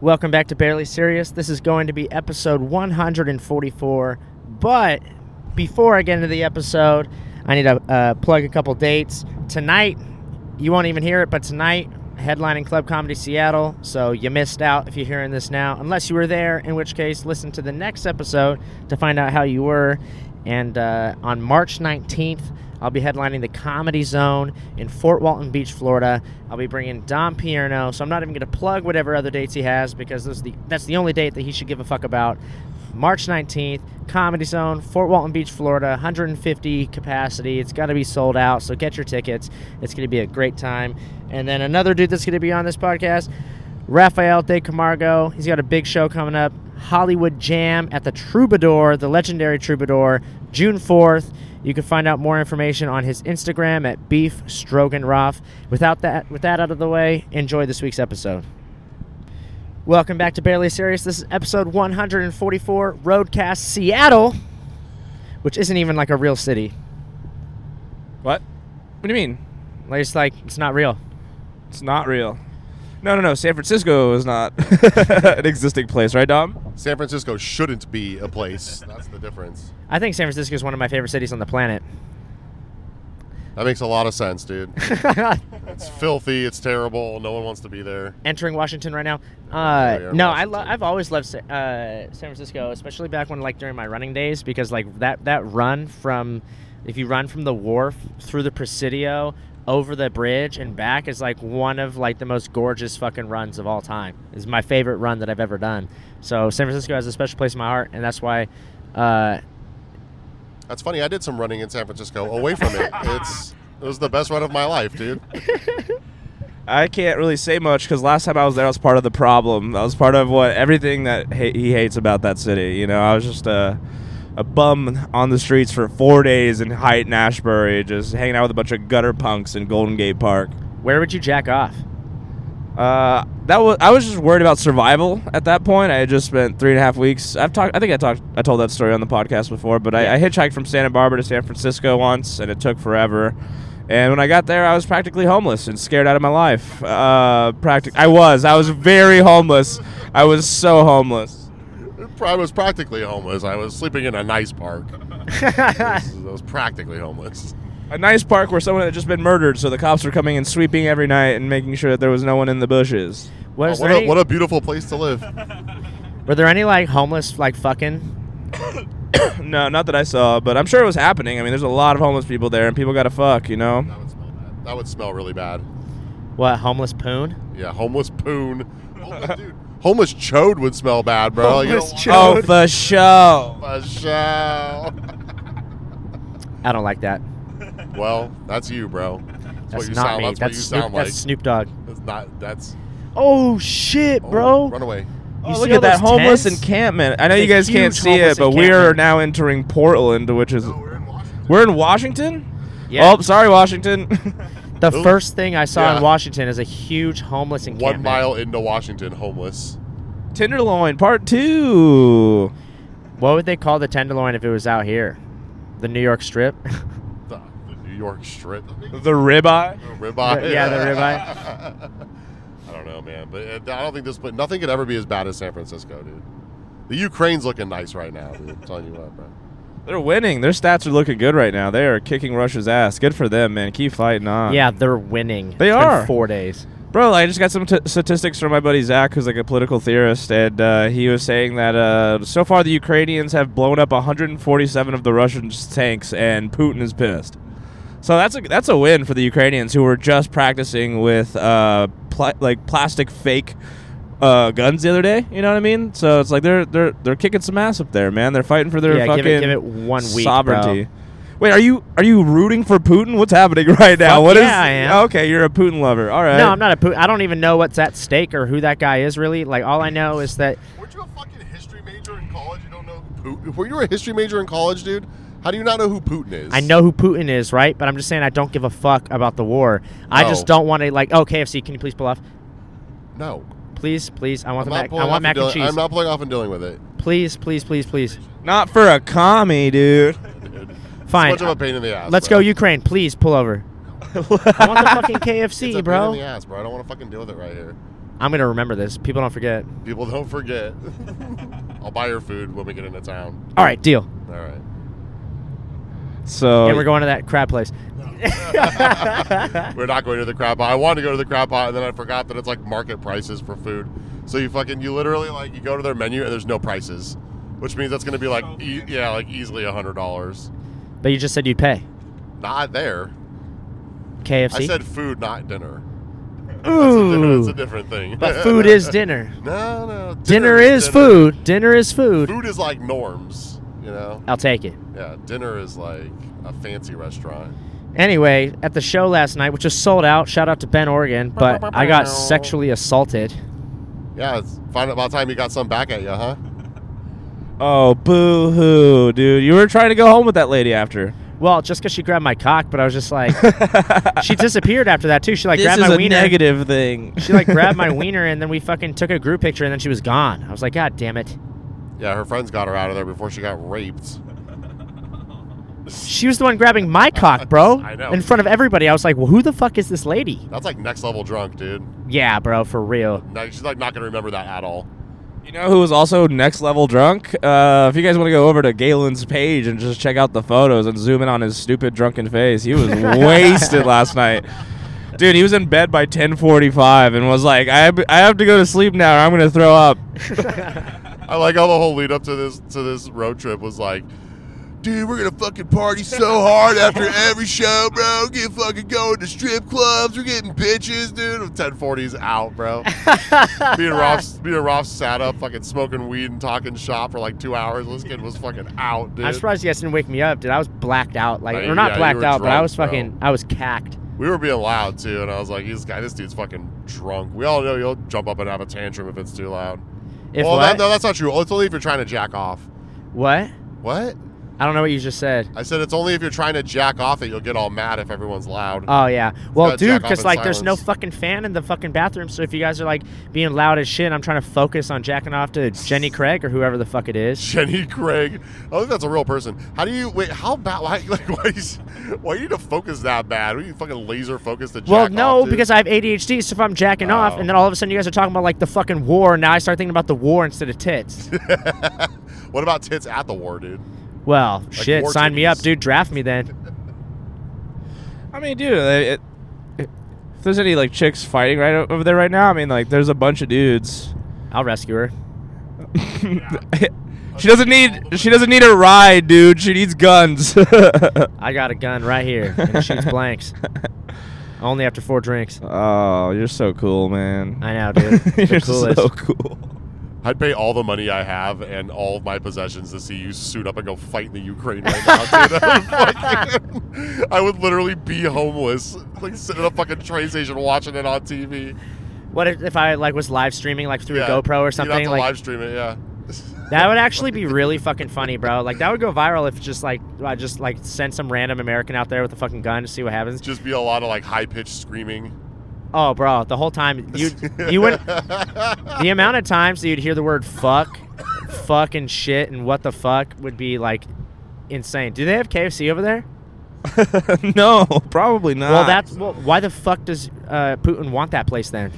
Welcome back to Barely Serious. This is going to be episode 144. But before I get into the episode, I need to uh, plug a couple dates. Tonight, you won't even hear it, but tonight, headlining Club Comedy Seattle. So you missed out if you're hearing this now, unless you were there, in which case, listen to the next episode to find out how you were. And uh, on March 19th, I'll be headlining the Comedy Zone in Fort Walton Beach, Florida. I'll be bringing Dom Pierno, so I'm not even going to plug whatever other dates he has because those are the, that's the only date that he should give a fuck about. March 19th, Comedy Zone, Fort Walton Beach, Florida, 150 capacity. It's got to be sold out, so get your tickets. It's going to be a great time. And then another dude that's going to be on this podcast, Rafael De Camargo. He's got a big show coming up. Hollywood Jam at the Troubadour, the legendary Troubadour, June 4th. You can find out more information on his Instagram at Beef Stroganroff. Without that, with that out of the way, enjoy this week's episode. Welcome back to Barely Serious. This is episode 144, Roadcast Seattle, which isn't even like a real city. What? What do you mean? Like, It's like it's not real. It's not real. No, no, no. San Francisco is not an existing place, right, Dom? San Francisco shouldn't be a place. That's the difference. I think San Francisco is one of my favorite cities on the planet. That makes a lot of sense, dude. It's filthy. It's terrible. No one wants to be there. entering Washington right now. Oh, we Uh, are no, I lo- Washington. I've always loved Sa- uh, San Francisco, especially back when like during my running days, because like that that run from if you run from the wharf through the Presidio over the bridge and back is like one of like the most gorgeous fucking runs of all time. It's my favorite run that I've ever done. So San Francisco has a special place in my heart, and that's why. Uh, That's funny. I did some running in San Francisco away from it. It's it was the best run of my life, dude. I can't really say much because last time I was there, I was part of the problem. I was part of what everything that ha- he hates about that city. You know, I was just a, a bum on the streets for four days in Haight and Ashbury, just hanging out with a bunch of gutter punks in Golden Gate Park. where would you jack off? Uh, that was I was just worried about survival at that point. I had just spent three and a half weeks. I've talked. I think I talked. I told that story on the podcast before. But I, I hitchhiked from Santa Barbara to San Francisco once, and it took forever. And when I got there, I was practically homeless and scared out of my life. Uh, practic. I was. I was very homeless. I was so homeless. I was practically homeless. I was sleeping in a nice park. I was, I was practically homeless. A nice park where someone had just been murdered, so the cops were coming and sweeping every night and making sure that there was no one in the bushes. Oh, Was what, there a, any- what a beautiful place to live. were there any like homeless like fucking? no, not that I saw, but I'm sure it was happening. I mean, there's a lot of homeless people there, and people got to fuck, you know. That would smell bad. That would smell really bad. What homeless poon? Yeah, homeless poon. Homeless dude. Homeless chode would smell bad, bro. Like, you don't Homeless Oh, for sure. want- Michelle. I don't like that. Well, that's you, bro. That's, That's what you not sound. me. That's, what you Snoop, sound That's like. Snoop Dogg. That's not. That's Oh shit, oh, bro! Run away. You oh, look see all at those that homeless tents? encampment. I know It's you guys huge can't see homeless it, but we are encampment. now entering Portland, which is we're in Washington. we're in Washington. Yeah. Oh, sorry, Washington. the Ooh. first thing I saw in Yeah. Washington is a huge homeless encampment. one mile into Washington, homeless. Tenderloin Part Two. What would they call the Tenderloin if it was out here? The New York Strip. The, the New York Strip. The The ribeye. ribeye. Yeah, the ribeye. I don't know, man, but it, I don't think this. But nothing could ever be as bad as San Francisco, dude. The Ukraine's looking nice right now, dude. I'm telling you what, bro. They're winning. Their stats are looking good right now. They are kicking Russia's ass. Good for them, man. Keep fighting on. yeah, they're winning. They It's been are. four days. Bro, I just got some t- statistics from my buddy Zach, who's like a political theorist, and uh, he was saying that uh, so far the Ukrainians have blown up 147 of the Russian tanks, and Putin is pissed. So that's a that's a win for the Ukrainians who were just practicing with uh, pla- like plastic fake uh, guns the other day. You know what I mean? So it's like they're they're they're kicking some ass up there, man. They're fighting for their Yeah, fucking give it- give it one week, sovereignty. Wait, are you are you rooting for Putin? What's happening right now? Fuck What is? yeah, I am. Okay, you're a Putin lover. All right. No, I'm not a. Poo- I don't even know what's at stake or who that guy is really. Like all I know is that Weren't you a fucking history major in college? You don't know Putin? Were you a history major in college, dude? How do you not know who Putin is? I know who Putin is, right? But I'm just saying I don't give a fuck about the war. I No. just don't want to like. Oh, KFC, can you please pull off? No. Please, please, I want I'm the not mac. pulling I off want mac and dealing- cheese. I'm not pulling off and dealing with it. Please, please, please, please. Not for a commie, dude. Fine. It's much of a pain in the ass. Let's go bro. Ukraine. Please pull over. I want the fucking It's KFC, a bro. pain in the ass, bro. I don't want to fucking deal with it right here. I'm gonna remember this. People don't forget. People don't forget. I'll buy your food when we get into town. All right, deal. All right. So and we're going to that crap place. We're not going to the crab pot. I wanted to go to the crab pot, and then I forgot that it's like market prices for food. So you fucking you literally like you go to their menu and there's no prices, which means that's going to be like e- yeah like easily a hundred dollars. But you just said you'd pay. Not there. KFC. I said food, not dinner. That's a, different, Ooh. that's a different thing. but food is dinner. no no. Dinner is food. Dinner is food. Food is like norms, you know. I'll take it. Yeah, dinner is like a fancy restaurant. Anyway, at the show last night, which was sold out, shout out to Ben Oregon, but I got sexually assaulted. Yeah, it's find about time you got some back at you, huh? oh boo hoo, dude, you were trying to go home with that lady after. Well, just because she grabbed my cock, but I was just like, she disappeared after that too. She like this grabbed is my a wiener. negative thing. She like grabbed my wiener, and then we fucking took a group picture, and then she was gone. I was like, God damn it! Yeah, her friends got her out of there before she got raped. She was the one grabbing my cock, bro, I know. in front of everybody. I was like, Well, who the fuck is this lady? That's like next level drunk, dude. Yeah, bro, for real. No, she's like not gonna remember that at all. You know who was also next level drunk? Uh, if you guys want to go over to Galen's page and just check out the photos and zoom in on his stupid drunken face, he was wasted last night. Dude, he was in bed by 10:45 and was like, I, have- "I have to go to sleep now, or I'm gonna throw up." I like how the whole lead up to this to this road trip was like, dude, we're gonna fucking party so hard after every show, bro. Get fucking going to strip clubs. We're getting bitches, dude. 1040's out, bro. me and Ross, me and Ross sat up fucking smoking weed and talking shop for like two hours. This kid was fucking out, dude. I'm surprised you guys didn't wake me up, dude. I was blacked out, like Uh, or not yeah, you blacked were out, but I drunk, was bro. fucking, I was cacked. We were being loud too, and I was like, "This guy, this dude's fucking drunk." We all know you'll jump up and have a tantrum if it's too loud. If well, what? that, no, that's not true. It's only if you're trying to jack off. what? What? I don't know what you just said. I said it's only if you're trying to jack off that you'll get all mad if everyone's loud. Oh yeah. Well, gotta jack dude, off because in like there's no silence. fucking fan in the fucking bathroom, so if you guys are like being loud as shit, I'm trying to focus on jacking off to Jenny Craig or whoever the fuck it is. Jenny Craig. I think that's a real person. How do you wait? How bad? Why, like, why, do you, why do you need to focus that bad? Are you fucking laser focused to jack Well, no, off, dude? because I have ADHD, so if I'm jacking off, Oh. and then all of a sudden you guys are talking about like the fucking war, now I start thinking about the war instead of tits. what about tits at the war, dude? well, shit, war sign me up, titties. dude. Draft me then. I mean, dude, they- it, if there's any like chicks fighting right o- over there right now, I mean, like there's a bunch of dudes. I'll rescue her. she doesn't need she doesn't need a ride, dude. She needs guns. I got a gun right here and it shoots blanks. Only after four drinks. oh, you're so cool, man. I know, dude. you're The coolest. so cool. I'd pay all the money I have and all of my possessions to see you suit up and go fight in the Ukraine right now. Dude. I, would fucking- I would literally be homeless, like sitting at a fucking train station watching it on TV. What if, if I like was live streaming like through Yeah. a GoPro or You'd something? have to Like live stream it, yeah. that would actually be really fucking funny, bro. Like that would go viral if just like I just like send some random American out there with a fucking gun to see what happens. Just be a lot of like high pitched screaming. Oh, bro, the whole time you you would the amount of times that you'd hear the word fuck, fucking shit, and what the fuck would be like insane. Do they have KFC over there? no, probably not. Well, that's well, why the fuck does uh, Putin want that place then?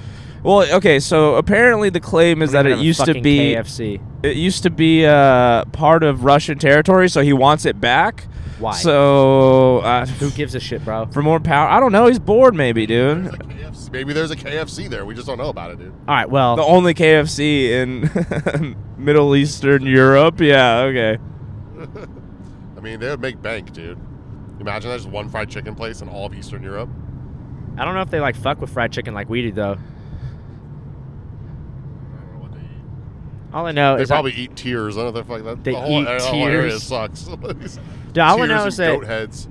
well. Okay, so apparently the claim is that They it don't have a used to fucking be KFC. it used to be uh, part of Russian territory, so he wants it back. Why? So uh, Who gives a shit, bro? for more power? I don't know. He's bored, maybe, dude. There's a KFC. Maybe there's a KFC there. We just don't know about it, dude. All right, well, The only KFC in Middle Eastern Europe. Yeah. Okay. I mean, they would make bank, dude. Imagine there's one fried chicken place in all of Eastern Europe. I don't know if they like fuck with fried chicken like we do though. I don't know what they eat. All I know They is that- probably eat tears. I don't know if like that. They the whole, eat the whole area tears? sucks. Dude, all I Tears know and is that goat heads.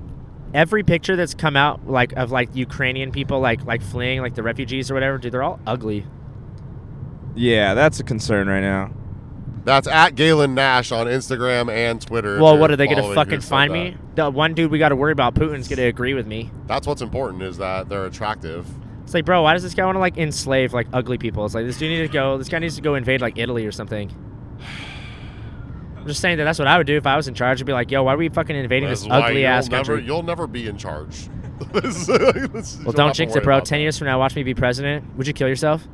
every picture that's come out like of like Ukrainian people like like fleeing like the refugees or whatever, dude, they're all ugly. Yeah, that's a concern right now. That's at Galen Nash on Instagram and Twitter. if well, you're what are they following gonna who fucking said find that. me? The one dude we got to worry about, Putin's gonna agree with me. That's what's important is that they're attractive. It's like, bro, why does this guy want to like enslave like ugly people? It's like this dude needs to go. This guy needs to go invade like Italy or something. I'm just saying that that's what I would do if I was in charge. I'd be like, yo, why are we fucking invading That's this why ugly you'll ass never, country? You'll never be in charge. Well, don't jinx it, bro. Ten years from now, watch me be president. Would you kill yourself?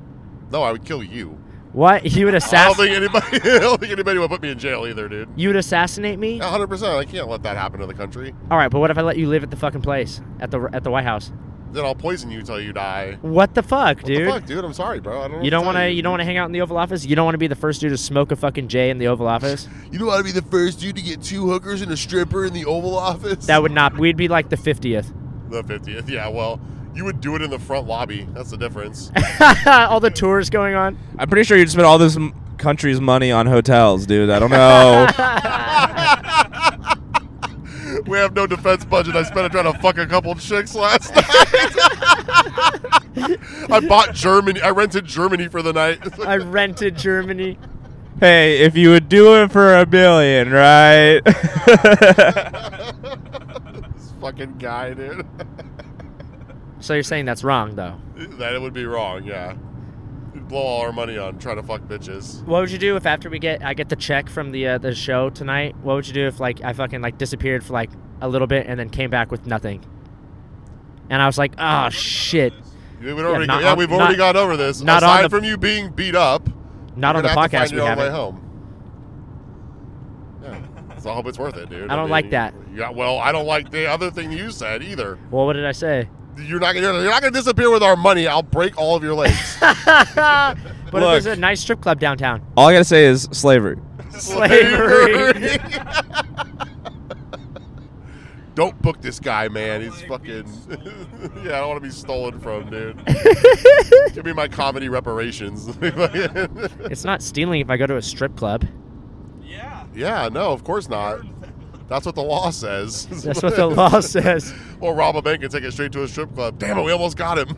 No, I would kill you. What? You would I don't assassinate? think anybody. I don't think anybody would put me in jail either, dude. You would assassinate me? A hundred percent. I can't let that happen to the country. All right, but what if I let you live at the fucking place at the at the White House? Then I'll poison you till you die. What the fuck, What dude? the fuck, dude? I'm sorry, bro. I don't. Know You don't want to. you don't want to hang out in the Oval Office. You don't want to be the first dude to smoke a fucking J in the Oval Office. You don't want to be the first dude to get two hookers and a stripper in the Oval Office. That would not. We'd be like the fiftieth. the fiftieth. Yeah. Well, you would do it in the front lobby. That's the difference. All the tours going on. I'm pretty sure you'd spend all this m- country's money on hotels, dude. I don't know. we have no defense budget. I spent it trying to fuck a couple chicks last night. I bought Germany. I rented Germany for the night. I rented Germany. hey, if you would do it for a billion, right? this fucking guy, dude. So you're saying that's wrong, though. that it would be wrong. Yeah, we'd blow all our money on trying to fuck bitches. What would you do if after we get I get the check from the uh, the show tonight? What would you do if like I fucking like disappeared for like a little bit and then came back with nothing? And I was like, oh shit, We would already, not yeah, on- we've already not- got over this. not on Aside the- from you being beat up, not on you're the gonna have to podcast find we your own way haven't. home. Yeah, so I hope it's worth it, dude. I don't mean, like that. Yeah, well, I don't like the other thing you said either. Well, what did I say? You're not gonna, you're not gonna disappear with our money. I'll break all of your legs. but if Look. there's a nice strip club downtown. all I gotta say is slavery. Slavery. don't book this guy, man. He's fucking. yeah, I don't want to be stolen from, dude. Give me my comedy reparations. It's not stealing if I go to a strip club. Yeah. yeah, no, of course not. That's what the law says. That's what the law says. Or rob a bank and take it straight to a strip club. Damn it, we almost got him.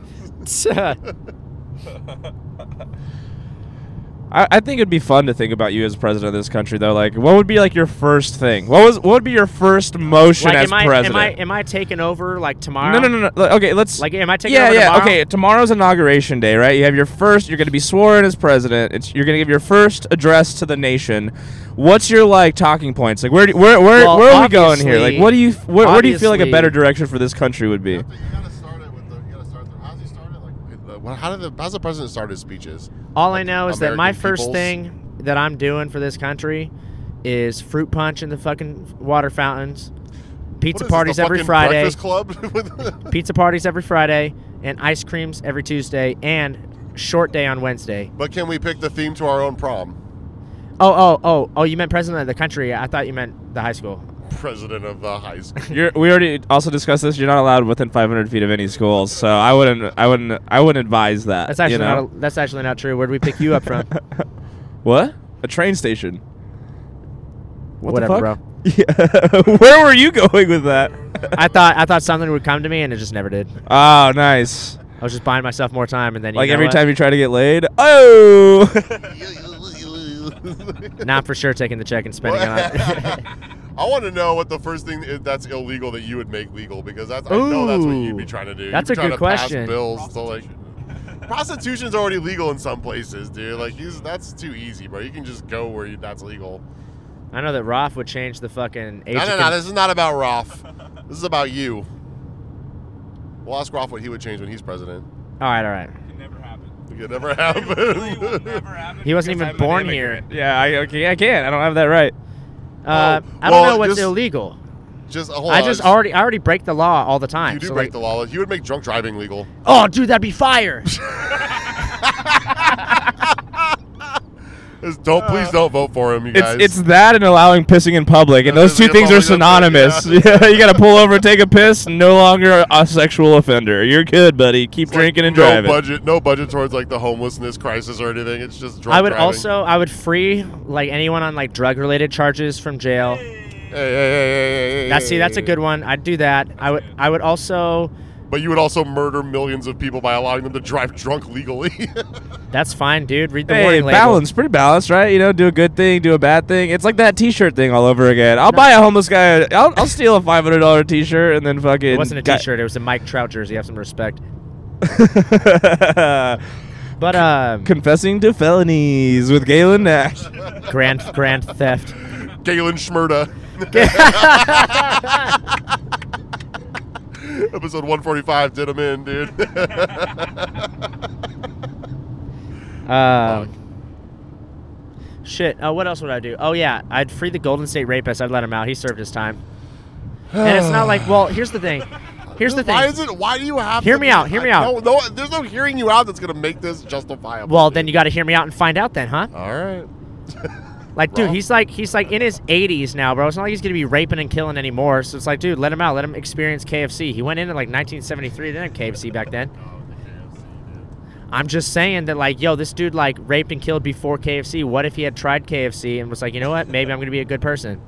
I, I think it'd be fun to think about you as president of this country, though. Like, what would be like your first thing? What was what would be your first motion like, as am I, am president? I am I taking over like tomorrow? no, no, no, no. Like, Okay, let's. Like, am I taking yeah, over yeah. tomorrow? Okay, tomorrow's inauguration day, right? You have your first. You're going to be sworn as president. It's, you're going to give your first address to the nation. What's your like talking points? Like, where do, where where, Well, where are we going here? Like, obviously- what do you where, where do you feel like a obviously- better direction for this country would be? You gotta start it with the. You gotta start the. How's he start it? Like, with the- well, how did the? How's the president start his speeches? All I know is that my American first peoples. thing that I'm doing for this country is fruit punch in the fucking water fountains, What pizza is this, parties the every fucking Friday, Breakfast Club. pizza parties every Friday, and ice creams every Tuesday, and short day on Wednesday. but can we pick the theme to our own prom? Oh, oh, oh, oh! You meant president of the country. I thought you meant the high school. President of the high school. You're, we already also discussed this. You're not allowed within 500 feet of any schools, so I wouldn't, I wouldn't, I wouldn't advise that. That's actually you know? not. A, that's actually not true. Where'd we pick you up from? What? A train station. What Whatever, bro. Yeah. Where were you going with that? I thought I thought something would come to me, and it just never did. oh, nice. I was just buying myself more time, and then you Like know every what? time you try to get laid. Oh. Now I'm for sure taking the check and spending it on. I want to know what the first thing is that's illegal that you would make legal because that's I know that's what you'd be Ooh. trying to do. That's you'd be a good trying to pass question. bills to like prostitution's already legal in some places, dude. Like these, that's too easy, bro. You can just go where you, that's legal. I know that Roth would change the fucking age. No, of no, con- no. This is not about Roth. This is about you. We'll ask Roth what he would change when he's president. all right, all right. It never happened. It could never Really will happen. never happen. He wasn't because even I'm an born immigrant. here. yeah, I okay, I can't. I don't have that right. Uh, Oh, I don't well, know what's just- illegal. just hold I on, just already I already break the law all the time. You do so, break like- the law. You would make drunk driving legal. Oh, dude, that'd be fire. Just don't please don't vote for him, you guys. It's it's that and allowing pissing in public, and Yeah, those two you're things are probably not- synonymous. Yeah. you got to pull over, take a piss, no longer a sexual offender. You're good, buddy. Keep drinking and no driving. budget, no budget towards like the homelessness crisis or anything. It's just drunk I would driving. also I would free like anyone on like drug related charges from jail. Hey, hey, hey, hey, hey, That's see, that's a hey. good one. I'd do that. I would I would also. But you would also murder millions of people by allowing them to drive drunk legally. That's fine, dude. Read the Hey, warning label. balance, pretty balanced, right? You know, do a good thing, do a bad thing. It's like that T-shirt thing all over again. I'll buy a homeless guy. I'll, I'll steal a five hundred dollar T-shirt and then fucking. It wasn't a guy- T-shirt. It was a Mike Trout jersey. Have some respect. But um, Confessing to felonies with Galen Nash. grand grand theft. Galen Schmurda. Episode 145 did him in, dude. Um, shit. Oh, what else would I do? Oh yeah, I'd free the Golden State rapist. I'd let him out. He served his time. And it's not like, well, here's the thing. Here's the Why thing. is it? Why do you have? Hear to me be- out, hear me I- out. No, no, there's no hearing you out that's gonna make this justifiable. Well, then you got to hear me out and find out then, huh? All right. Like, dude, Wrong. he's like he's like in his 80s now, bro. It's not like he's gonna be raping and killing anymore. So it's like, dude, let him out. Let him experience KFC. He went in in like 1973. They didn't have KFC back then. I'm just saying that, like, yo, this dude like raped and killed before KFC. What if he had tried KFC and was like, you know what? Maybe I'm gonna be a good person.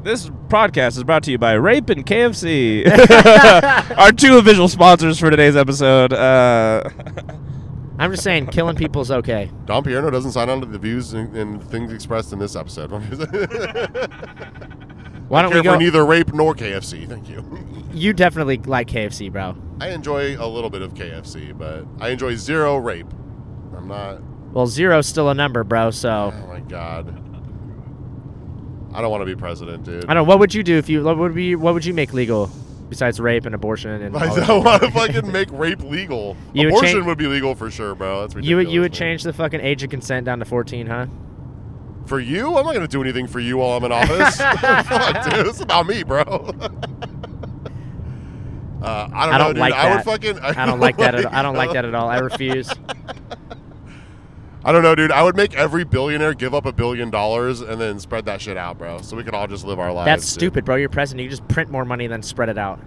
This podcast is brought to you by Rape and KFC, our two official sponsors for today's episode. Uh, I'm just saying, killing people's okay. Don Pierno doesn't sign on to the views and, and things expressed in this episode. Why don't we Care for go? neither rape nor KFC. Thank you. You definitely like KFC, bro. I enjoy a little bit of KFC, but I enjoy zero rape. I'm not. Well, zero's still a number, bro. So Oh my god. I don't want to be president, dude. I don't. know. What would you do if you? What would be? What would you make legal besides rape and abortion and? all I that don't shit? want to fucking make rape legal. You would Abortion change- would be legal for sure, bro. That's ridiculous. You would you would man. change the fucking age of consent down to 14, huh? for you? I'm not gonna do anything for you while I'm in office. Fuck, dude, it's about me, bro. uh, I don't, I know, don't dude. like I would that. fucking. I don't like that. At, I don't like that at all. I refuse. I don't know, dude. I would make every billionaire give up a billion dollars and then spread that shit out, bro, so we could all just live our lives. That's dude. stupid, bro. You're president. You just print more money than spread it out.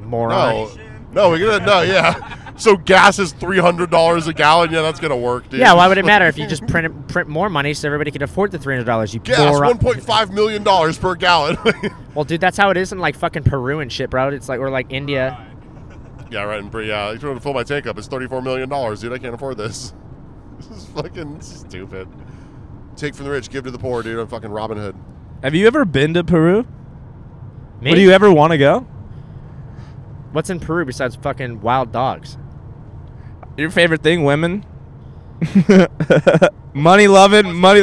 Moron. No, no, we're gonna no, yeah. So gas is three hundred dollars a gallon. Yeah, that's gonna work, dude. Yeah, why would it matter if you just print it, print more money so everybody could afford the three hundred dollars? You Gas moron. one point five million dollars per gallon. Well, dude, that's how it is in like fucking Peru and shit, bro. It's like or like India. yeah, right. And pretty, uh, you trying to fill my tank up? It's thirty four million dollars, dude. I can't afford this. This is fucking stupid. Take from the rich, give to the poor, dude. I'm fucking Robin Hood. have you ever been to Peru? Me? Or do you ever want to go? What's in Peru besides fucking wild dogs? Your favorite thing, women? money loving, money.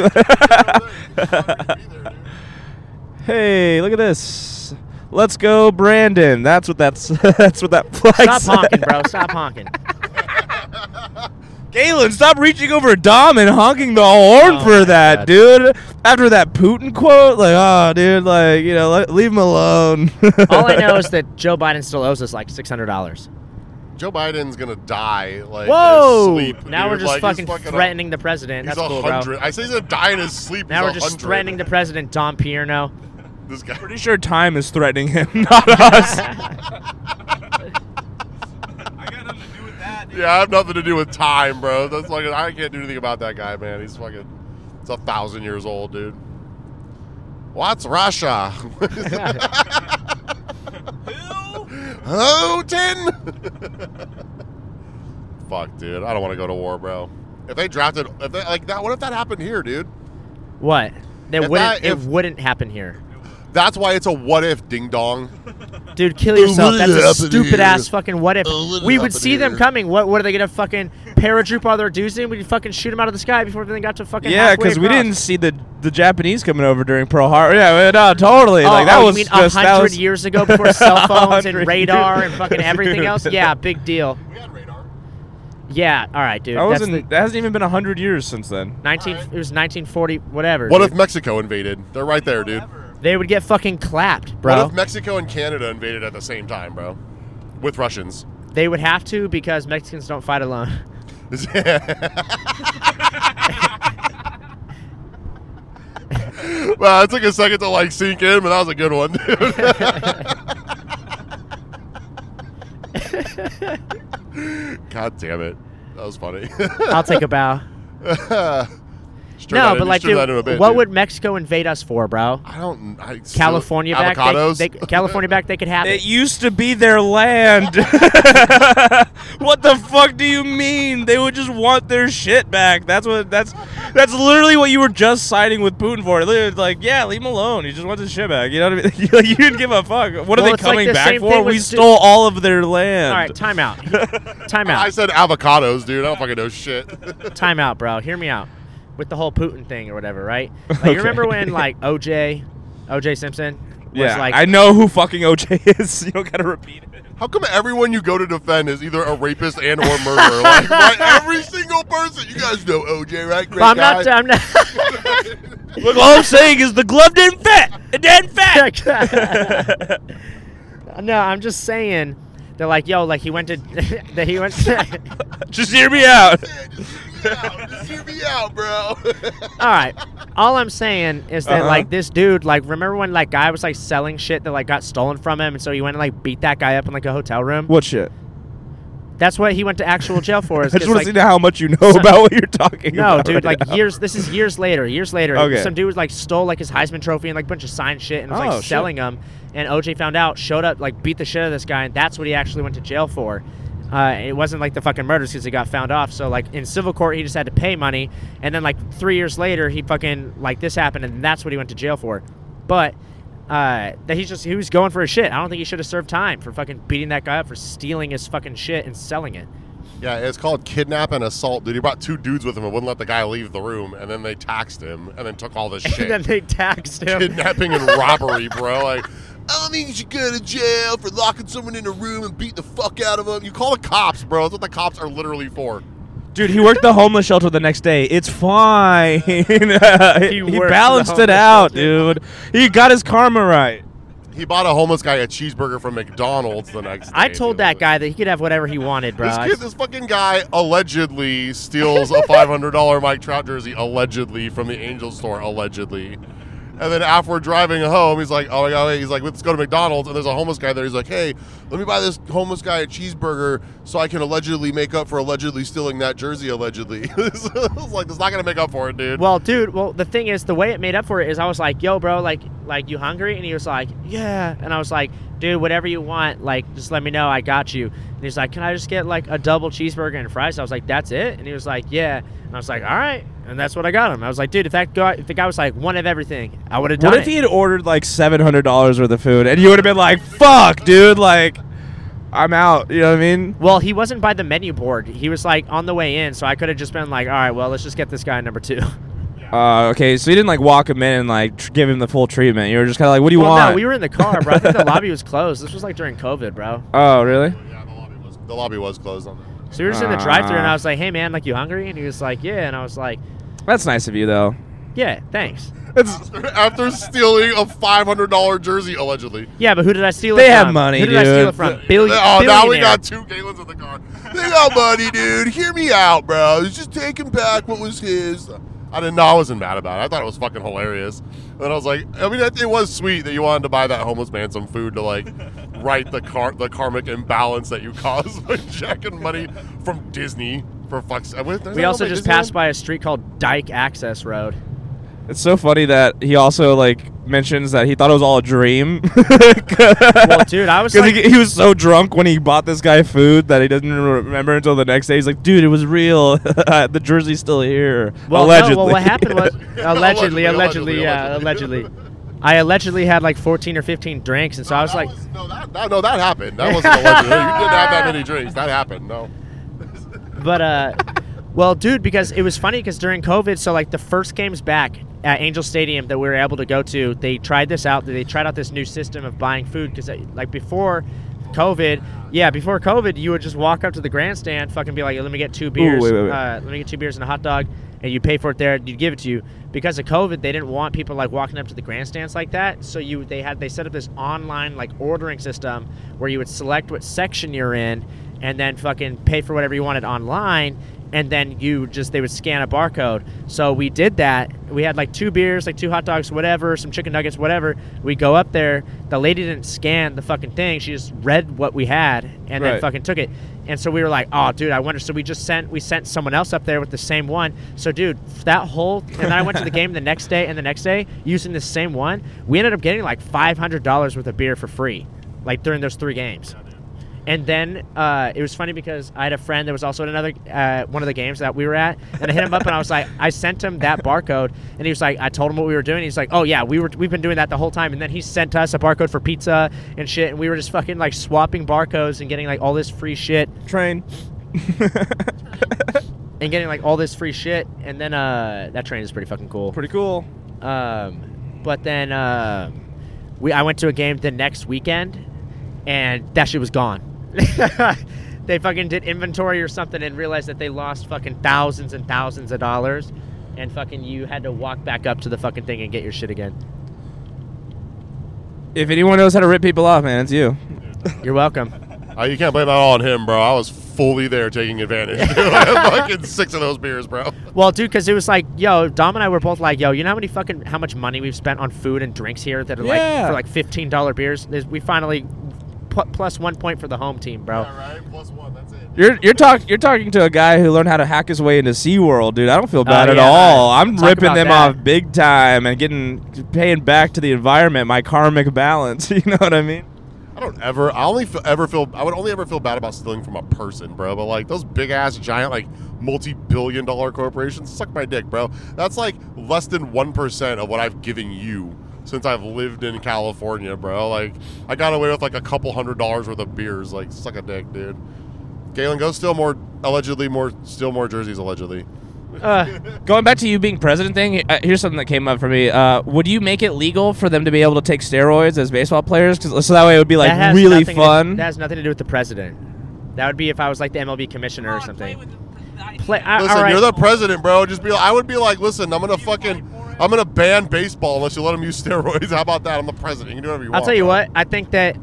hey, look at this. Let's go, Brandon. That's what that's. that's what that flag Stop said. honking, bro. Stop honking. Galen, stop reaching over Dom and honking the horn Oh my for God. that, dude. After that Putin quote, like, oh, dude, like, you know, le- leave him alone. All I know is that Joe Biden still owes us like six hundred dollars. Joe Biden's gonna die. Like in his Whoa! sleep, now dude. we're just Like, he's fucking, fucking a- threatening the president. He's That's a cool, bro. hundred. I say he's gonna die in his sleep. Now he's we're a just hundred. threatening the president, Don Pierno. This guy. Pretty sure time is threatening him, not us. I got nothing to do with that. Dude. Yeah, I have nothing to do with time, bro. That's like I can't do anything about that guy, man. He's fucking. It's a thousand years old, dude. What's Russia? Who? Putin. Fuck, dude. I don't want to go to war, bro. If they drafted, if they like that, what if that happened here, dude? what? That If wouldn't. that- it if- wouldn't happen here, That's why it's a what if, ding dong. dude. Kill yourself. wouldn't That's a happen stupid here. ass fucking what if. It wouldn't We would happen see them here. coming. What? What are they gonna fucking paratroop all their dudes in? We'd fucking shoot them out of the sky before they got to fucking. yeah, because because we didn't see the the Japanese coming over during Pearl Harbor. Yeah, no, totally. Oh, like that oh, was you mean a just that hundred was, years ago before cell phones 100 and radar and fucking years. everything else? Dude. Yeah, big deal. We had radar. Yeah, all right, dude. That That's wasn't. that hasn't even been a hundred years since then. the 19. It was 1940, whatever. What dude. if Mexico invaded? They're right there, dude. they would get fucking clapped, bro? What if Mexico and Canada invaded at the same time, bro? With Russians. They would have to because Mexicans don't fight alone. Wow, it took a second to like sink in, but that was a good one, dude. God damn it, that was funny. I'll take a bow. Just turn that no, but in- just like, turn dude, that into a bit, what dude. would Mexico invade us for, bro? I don't I, still- California back, avocados? They, they, California back, they could have It it. used to be their land. what the fuck do you mean? They would just want their shit back. That's what. That's that's literally what you were just siding with Putin for. Literally, it's like, yeah, leave him alone. He just wants his shit back. You know what I mean? Like, you didn't give a fuck. Well, What are they it's like coming the back same thing for? with We Su- stole all of their land. All right, time out. time I out. said avocados, dude. I don't fucking know shit. Time out, bro. Hear me out. With the whole Putin thing or whatever, right? Like, Okay. You remember when, like, OJ, OJ Simpson was yeah, like, I know who fucking OJ is. You don't gotta repeat it. How come everyone you go to defend is either a rapist and or murderer? like why every single person. You guys know OJ, right? Great Well, I'm not. guy. I'm not. Look, all I'm saying is the glove didn't fit. It didn't fit. no, I'm just saying. They're like, yo, like he went to, that he went. To, Just hear me out. Yeah, just hear me out. Just hear me out, bro. all right. All I'm saying is that Uh-huh. like this dude, like remember when like guy was like selling shit that like got stolen from him, and so he went and like beat that guy up in like a hotel room. What shit? That's what he went to actual jail for. I Is just 'cause, want like, to see how much you know about what you're talking No, about. dude, right like now. years. This is years later. Years later, Okay. some dude was like stole like his Heisman trophy and like a bunch of signed shit and was Oh, like shit. selling them. And OJ found out, showed up, like beat the shit out of this guy, and that's what he actually went to jail for. Uh, it wasn't like the fucking murders because he got found off. So like in civil court, he just had to pay money. And then like three years later, he fucking like this happened, and that's what he went to jail for. But uh, that he's just he was going for his shit. I don't think he should have served time for fucking beating that guy up for stealing his fucking shit and selling it. yeah, it's called kidnap and assault, dude. He brought two dudes with him and wouldn't let the guy leave the room, and then they taxed him and then took all this shit. And then they taxed him. kidnapping and robbery, bro. Like, I mean, you should go to jail for locking someone in a room and beat the fuck out of them. You call the cops, bro. That's what the cops are literally for. Dude, he worked the homeless shelter the next day. It's fine. he the balanced it homeless out, shelter. dude. He got his karma right. He bought a homeless guy a cheeseburger from McDonald's the next day. I told dude. that guy that he could have whatever he wanted, bro. This, I- kid, this fucking guy allegedly steals a $500 Mike Trout jersey, allegedly, from the Angels store, allegedly. And then after we're driving home, he's like, oh my God, wait. he's like, let's go to McDonald's. And there's a homeless guy there. He's like, hey, let me buy this homeless guy a cheeseburger so I can allegedly make up for allegedly stealing that jersey, allegedly. it's like, it's not going to make up for it, dude. well, dude, well, the thing is, the way it made up for it is I was like, yo, bro, like, like you hungry? And he was like, yeah. And I was like, dude, whatever you want, like, just let me know. I got you. And he's like, can I just get like a double cheeseburger and fries? I was like, that's it. And he was like, yeah. And I was like, all right. And that's what I got him. I was like, dude, if that guy, if the guy was like one of everything, I would have done What if it. he had ordered like seven hundred dollars worth of food, and you would have been like, "Fuck, dude! Like, I'm out." You know what I mean? well, he wasn't by the menu board. He was like on the way in, so I could have just been like, all right, well, let's just get this guy number two. Uh, okay, so you didn't like walk him in and like tr- give him the full treatment. You were just kind of like, "What do you well, want?" no, we were in the car, bro. I think the lobby was closed. This was like during COVID, bro. oh, really? yeah, the lobby was, the lobby was closed on that. So we were just in the drive thru and Ah. I was like, hey, man, like, you hungry? And he was like, yeah. And I was like, That's nice of you, though. yeah, thanks. After, after stealing a $500 jersey, allegedly. Yeah, but who did I steal it They from? have money, Who did I steal dude. it from? Billion, oh, now we billionaire. got two Galens in the car. They got money, dude. Hear me out, bro. He's just taking back what was his. I didn't know. I wasn't mad about it. I thought it was fucking hilarious. And then I was like, I mean, it it was sweet that you wanted to buy that homeless man some food to like right the car the karmic imbalance that you caused by jacking money from Disney for fucks. We also just passed by a street called Dyke Access Road. It's so funny that he also like mentions that he thought it was all a dream. Well, dude, I was Because like, he, he was so drunk when he bought this guy food that he doesn't remember until the next day. He's like, dude, it was real. the jersey's still here. well, allegedly. no, well, what happened was, allegedly, Allegedly, allegedly, yeah, allegedly. allegedly. I allegedly had like 14 or 15 drinks, and so I was like, no, that, that, no, that happened. That wasn't allegedly. you didn't have that many drinks. That happened. No. But uh, well, dude, because it was funny because during COVID, so like the first games back at Angel Stadium that we were able to go to, they tried this out. They tried out this new system of buying food because like before COVID, yeah, before COVID, you would just walk up to the grandstand, fucking be like, let me get two beers, wait, wait, wait. Uh, let me get two beers and a hot dog. And you pay for it there. You'd give it to you because of COVID. They didn't want people like walking up to the grandstands like that. So you, they had they set up this online like ordering system where you would select what section you're in, and then fucking pay for whatever you wanted online and then you just they would scan a barcode so we did that we had like two beers like two hot dogs whatever some chicken nuggets whatever we go up there the lady didn't scan the fucking thing she just read what we had and then Right. fucking took it and so we were like oh dude i wonder so we just sent we sent someone else up there with the same one so dude that whole and then i went to the game the next day and the next day using the same one we ended up getting like $500 worth of beer for free like during those three games and then uh, it was funny because I had a friend that was also at another uh, one of the games that we were at, and I hit him up and I was like, I sent him that barcode, and he was like, I told him what we were doing. He's like, Oh yeah, we were we've been doing that the whole time. And then he sent us a barcode for pizza and shit, and we were just fucking like swapping barcodes and getting like all this free shit Train. and getting like all this free shit. And then uh, that train is pretty fucking cool. Pretty cool. Um, but then um we I went to a game the next weekend, and that shit was gone. they fucking did inventory or something and realized that they lost fucking thousands and thousands of dollars, and fucking you had to walk back up to the fucking thing and get your shit again. If anyone knows how to rip people off, man, it's you. You're welcome. Uh, you can't blame that all on him, bro. I was fully there taking advantage. dude. I had fucking six of those beers, bro. Well, dude, because it was like, yo, Dom and I were both like, yo, you know how many fucking how much money we've spent on food and drinks here that are like Yeah. for like fifteen dollar beers. There's- We finally pu- plus one point for the home team, bro. right, plus one. That's it. You're you're talking you're talking to a guy who learned how to hack his way into SeaWorld, dude. I don't feel bad at Uh, yeah, all. I- I'm talk ripping about them that. off big time and getting paying back to the environment, my karmic balance. You know what I mean? I don't ever. I only feel, ever feel. I would only ever feel bad about stealing from a person, bro. But like those big ass giant, like multi-billion-dollar corporations, suck my dick, bro. That's like less than one percent of what I've given you since I've lived in California, bro. Like I got away with like a couple hundred dollars worth of beers. Like suck a dick, dude. Galen, go steal more. Allegedly, more steal more jerseys. Allegedly. Uh, Going back to you being president thing, uh, here's something that came up for me. Uh, would you make it legal for them to be able to take steroids as baseball players? 'Cause- so that way it would be that has like really nothing to- fun. that has nothing to do with the president. That would be if I was like the MLB commissioner or something. Play- I- Listen, all right. you're the president, bro. Just be. I would be like, listen, I'm gonna fucking, I'm gonna ban baseball unless you let them use steroids. How about that? I'm the president. You can do whatever you want. I'll tell you bro. what. I think that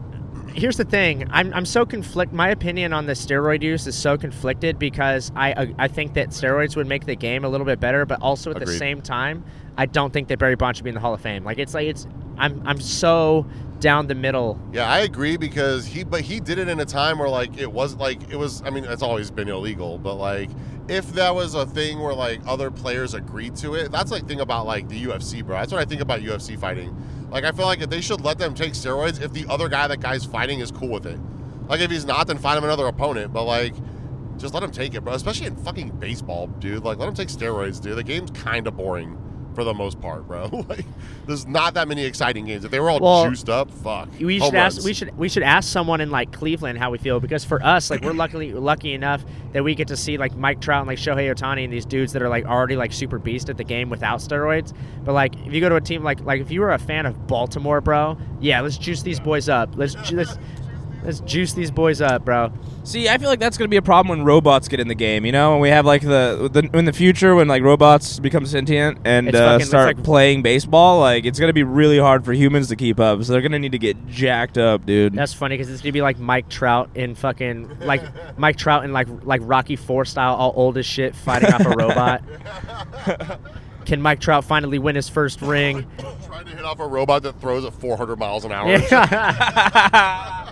here's the thing. I'm, I'm so conflict. My opinion on the steroid use is so conflicted because I uh, I think that steroids would make the game a little bit better, but also at Agreed. the same time, I don't think that Barry Bonds should be in the Hall of Fame. Like it's like it's I'm I'm so down the middle. Yeah, I agree because he, but he did it in a time where like it was like it was. I mean, it's always been illegal, but like if that was a thing where like other players agreed to it, that's like thing about like the UFC, bro. That's what I think about UFC fighting. Like I feel like if they should let them take steroids if the other guy that guy's fighting is cool with it. Like if he's not, then find him another opponent. But like. Just let him take it, bro. Especially in fucking baseball, dude. Like, let him take steroids, dude. The game's kind of boring for the most part, bro. like, there's not that many exciting games. If they were all Well, juiced up, fuck. We Home should ask. runs. We should we should ask someone in like Cleveland how we feel because for us, like we're luckily lucky enough that we get to see like Mike Trout and like Shohei Otani and these dudes that are like already like super beast at the game without steroids. But like if you go to a team like like if you were a fan of Baltimore, bro, yeah, let's juice these boys up. Let's ju- let's let's juice these boys up, bro. See, I feel like that's going to be a problem when robots get in the game. You know, when we have like the, the in the future when like robots become sentient and It's uh, fucking- it's start like- playing baseball, like it's going to be really hard for humans to keep up. So they're going to need to get jacked up, dude. That's funny because it's gonna be like Mike Trout in fucking like Mike Trout in like like Rocky Four style, all old as shit, fighting off a robot. Can Mike Trout finally win his first ring? Trying to hit off a robot that throws at 400 miles an hour. Yeah.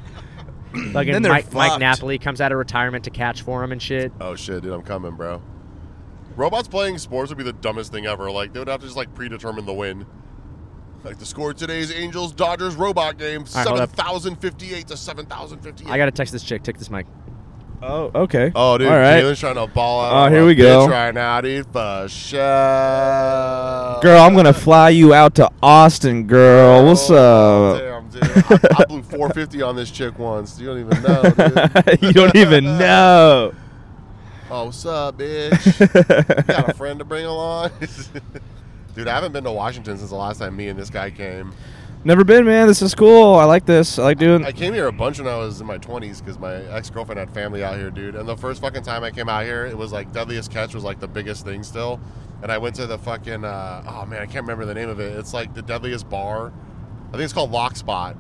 Fucking Then they're Mike, Mike fucked. Napoli comes out of retirement to catch for him and shit. Oh shit, dude, I'm coming, bro. Robots playing sports would be the dumbest thing ever. Like they would have to just like predetermine the win. Like the score today's Angels Dodgers robot game right, hold up. 7058 to 7058. I gotta text this chick. Take this mic. oh, okay. Oh, dude, All right. Keelan's trying to ball Oh, out. on here a we go. pitch Right now, dude, for sure. Girl, I'm gonna fly you out to Austin, girl. What's Oh, up? Damn, dude. I, I blew 450 on this chick once. You don't even know, dude. you don't even know. Oh, what's up, bitch? you got a friend to bring along? Dude, I haven't been to Washington since the last time me and this guy came. Never been, man. This is cool. I like this. I like doing. I came here a bunch when I was in my 20s because my ex girlfriend had family out here, dude. And the first fucking time I came out here, it was like Deadliest Catch was like the biggest thing still. And I went to the fucking, uh, oh man, I can't remember the name of it. It's like the Deadliest Bar. I think it's called Lock Spot.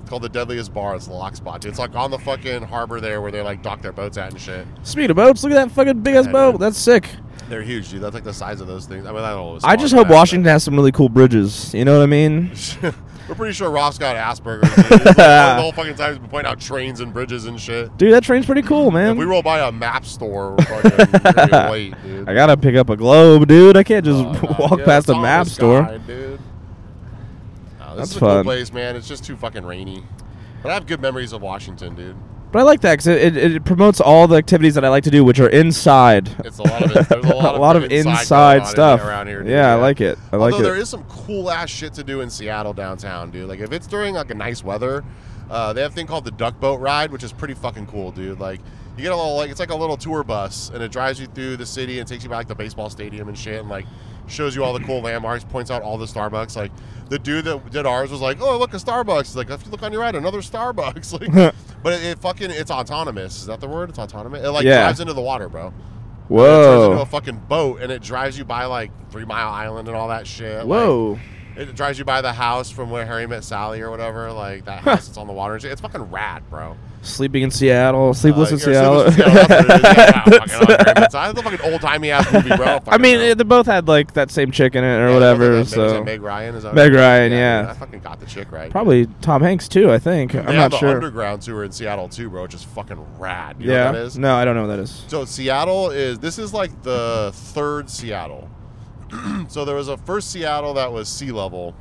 It's called the Deadliest Bar. It's the Lock Spot, dude. It's like on the fucking harbor there where they like dock their boats at and shit. Speaking of boats, look at that fucking big ass Yeah, boat. dude. That's sick. They're huge, dude. That's like the size of those things. I mean, I don't know. I just hope Washington has some really cool bridges. You know what I mean? We're pretty sure Ross got Asperger's. dude. He's like, the whole fucking time he's been pointing out trains and bridges and shit. Dude, that train's pretty cool, If we man. roll by a map store, we're fucking we're gonna wait, dude. I gotta pick up a globe, dude. I can't just Oh, no, walk yeah, past it's a all in map the store. sky, dude. No, this That's is a cool fun. place, man. It's just too fucking rainy. But I have good memories of Washington, dude. But I like that because it, it, it promotes all the activities that I like to do, which are inside. It's a lot of there's a lot, of good inside, going on in- stuff. around here. dude, yeah, I like it. I like Although it. there is some cool ass shit to do in Seattle downtown, dude. Like if it's during like a nice weather, uh, they have a thing called the duck boat ride, which is pretty fucking cool, dude. Like you get a little like it's like a little tour bus, and it drives you through the city and takes you back to the baseball stadium and shit, and like shows you all the cool landmarks, points out all the Starbucks. Like the dude that did ours was like, "Oh, look a Starbucks." He's like if you look on your right, another Starbucks. Like But it, it fucking it's autonomous. Is that the word? It's autonomous. It like Yeah. Oh. drives into the water, bro. It turns into a Whoa. fucking boat and it drives you by like Three Mile Island and all that shit. Like, Whoa. it drives you by the house from where Harry met Sally or whatever. Like that house that's on the water. and shit. It's fucking rad, bro. Sleeping in Seattle. Sleepless Uh, in or Seattle. Sleepless in Seattle, that's what it is. Yeah, fucking Harry Met Sally. It's a fucking old timey ass movie, bro. I Fucking mean, hell. eh, they both had like that same chick in it or Yeah, whatever. is that- is that So Meg Ryan is that Meg her name? Ryan, yeah. I fucking got the chick right. probably Tom Hanks too. I think They I'm have not the sure. underground tour in Seattle too, bro, which is fucking rad. You know Yeah. what that is? No, I don't know what that is. So Seattle is this is like the third Seattle. so there was a first Seattle that was sea level,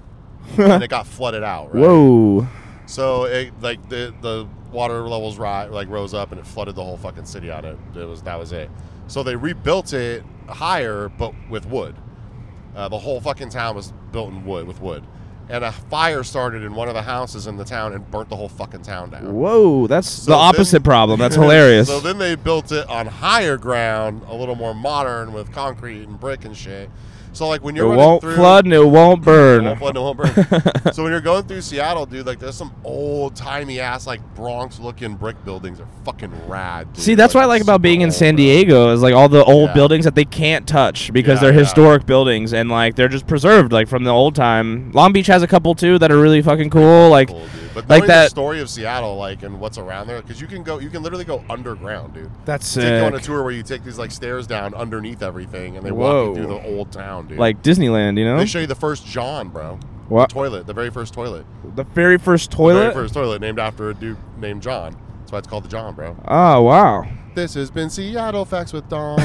and it got flooded out. Right? Whoa. So it like the the water levels ri like rose up and it flooded the whole fucking city out. It, it was that was it. So they rebuilt it higher, but with wood. Uh, the whole fucking town was built in wood with wood, and a fire started in one of the houses in the town and burnt the whole fucking town down. Whoa. That's So the then- opposite problem. That's hilarious. So then they built it on higher ground, a little more modern with concrete and brick and shit. So like when it you're running won't through, flood and it won't it burn. won't flood, it won't burn. so when you're going through Seattle, dude, like there's some old timey ass like Bronx looking brick buildings are fucking rad. Dude. See, that's what I like it's about being in super San old, bro. Diego is like all the old Yeah. buildings that they can't touch because Yeah, they're yeah. historic buildings and like they're just preserved like from the old time. Long Beach has a couple too that are really fucking cool. Like, Cool, dude. But like knowing the that- story of Seattle, like and what's around there, because you can go, you can literally go underground, dude. that's Take you on a sick. tour where you take these like stairs down underneath everything, and they Whoa. walk you through the old town, dude. like Disneyland, you know? they show you the first John, bro. What Toilet, the very first toilet. the very first The toilet? very first toilet named after a dude named John. That's why it's called the John, bro. Oh wow! This has been Seattle Facts with Don.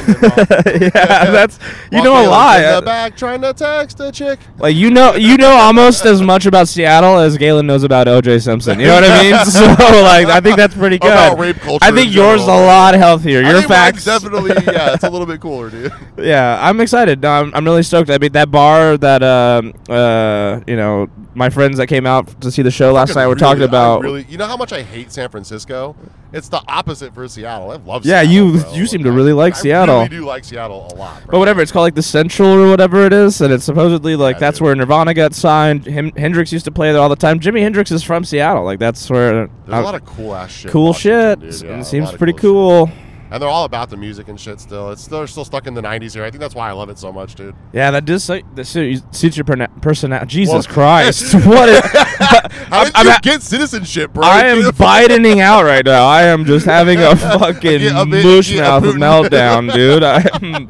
yeah, that's you know a In the lot. back trying to text a chick. Like you know, you know almost as much about Seattle as Galen knows about O.J. Simpson. You know what I mean? So like, I think that's pretty good. About rape culture I think in yours is a general. lot healthier. Your I think mine's facts definitely. Yeah, it's a little bit cooler, dude. Yeah, I'm excited. No, I'm, I'm really stoked. I mean, that bar that um uh, you know, my friends that came out to see the show last night were Really, talking I about. Really, you know how much I hate San Francisco. It's the opposite for Seattle. I love. Yeah, Seattle, you- bro. you seem to really like I Seattle. really do like Seattle a lot. Bro. but whatever, it's called like the Central or whatever it is, and it's supposedly like Yeah, that's dude. where Nirvana got signed. Him, Hendrix used to play there all the time. Jimi Hendrix is from Seattle, like that's where. There's uh, a lot of cool ass shit. in cool shit. Washington, dude. Yeah, a it seems lot of pretty shit. cool. And they're all about the music and shit. Still, it's they're still stuck in the '90s here. I think that's why I love it so much, dude. Yeah, that does like, that suit- suits your perna- personality. Jesus Well- Christ, what? Is, How did I'm you at- get citizenship, bro? I am bidening out right now. I am just having a fucking Yeah, a bit- mush yeah, mouth Putin. meltdown, dude. I am.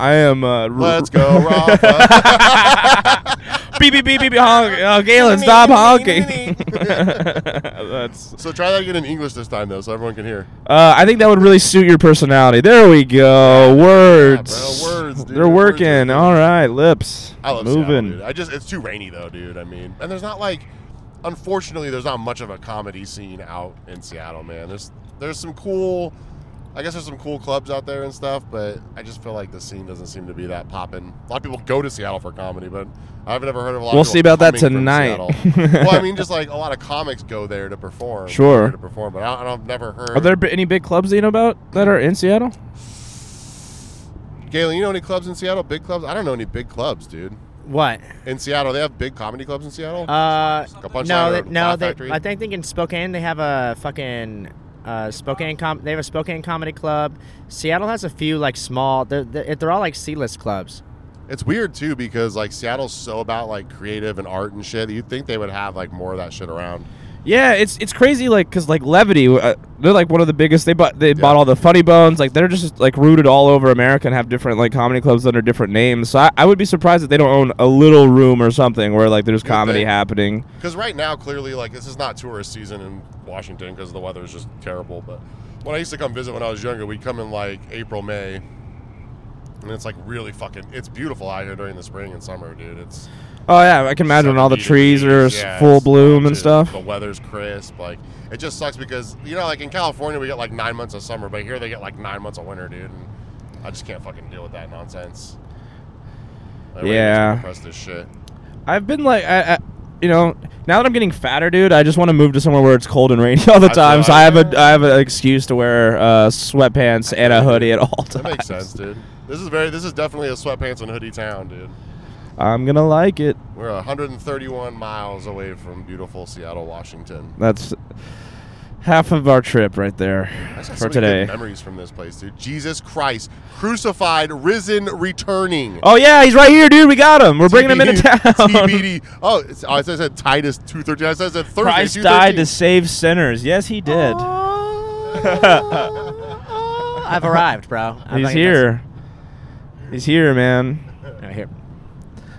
I am. Uh, r- Let's go, Rafa. beep beep beep beep. Honk. Oh, Galen, stop honking. That's. so try that again in English this time, though, so everyone can hear. Uh, I think that would really suit your personality. There we go. Words. bro, words, dude. They're Words are working. good. All right, lips. I love moving. Moving. dude. I just it's too rainy though, dude. I mean, and there's not like, unfortunately, there's not much of a comedy scene out in Seattle, man. There's there's some cool, I guess there's some cool clubs out there and stuff, but I just feel like the scene doesn't seem to be that popping. A lot of people go to Seattle for comedy, but I've never heard of a lot. We'll of people see about that coming from tonight. Seattle. well, I mean, just like a lot of comics go there to perform. Sure. to perform, but I, I've never heard. Are there b- any big clubs that you know about that are in Seattle? Galen, you know any clubs in Seattle? Big clubs? I don't know any big clubs, dude. What? In Seattle, they have big comedy clubs in Seattle. Uh, Like a punchline no, or they, a no. Laugh They, Factory? I think in Spokane they have a fucking uh, Spokane com. They have a Spokane comedy club. Seattle has a few like small. They're, they're, they're all like C-list clubs. It's weird too because like Seattle's so about like creative and art and shit. You'd think they would have like more of that shit around. Yeah, it's it's crazy, like, cause like Levity, uh, they're like one of the biggest. They bought they bought all the Funny Bones, like they're just like rooted all over America and have different like comedy clubs under different names. So I, I would be surprised if they don't own a little room or something where like there's comedy thing. happening. Because right now, clearly, like this is not tourist season in Washington because the weather is just terrible. But when I used to come visit when I was younger, we'd come in like April, May, and it's like really fucking. It's beautiful out here during the spring and summer, dude. It's Oh yeah, I can imagine when all the 70 trees are degrees, s- yeah, full it's- bloom and dude, stuff. The weather's crisp. Like it just sucks because you know, like in California, we get like nine months of summer, but here they get like nine months of winter, dude. And I just can't fucking deal with that nonsense. Like, we Yeah. just compress this shit. I've been like, I, I, you know, now that I'm getting fatter, dude, I just want to move to somewhere where it's cold and rainy all the I time. feel So I have like- a I have an excuse to wear uh, sweatpants and a hoodie at all times. That makes sense, dude. This is very. This is definitely a sweatpants and hoodie town, dude. I'm gonna like it. We're 131 miles away from beautiful Seattle, Washington. That's half of our trip right there I just have so for many good today. memories from this place, dude. Jesus Christ, crucified, risen, returning. Oh yeah, he's right here, dude. We got him. We're bringing him into TBD. town. TBD. Oh, it's, oh, I said- I said Titus two thirteen. I said I said Thursday. Christ 2:13. died to save sinners. Yes, he did. I've arrived, bro. I'm he's not gonna miss it. here. He's here, man. Right here.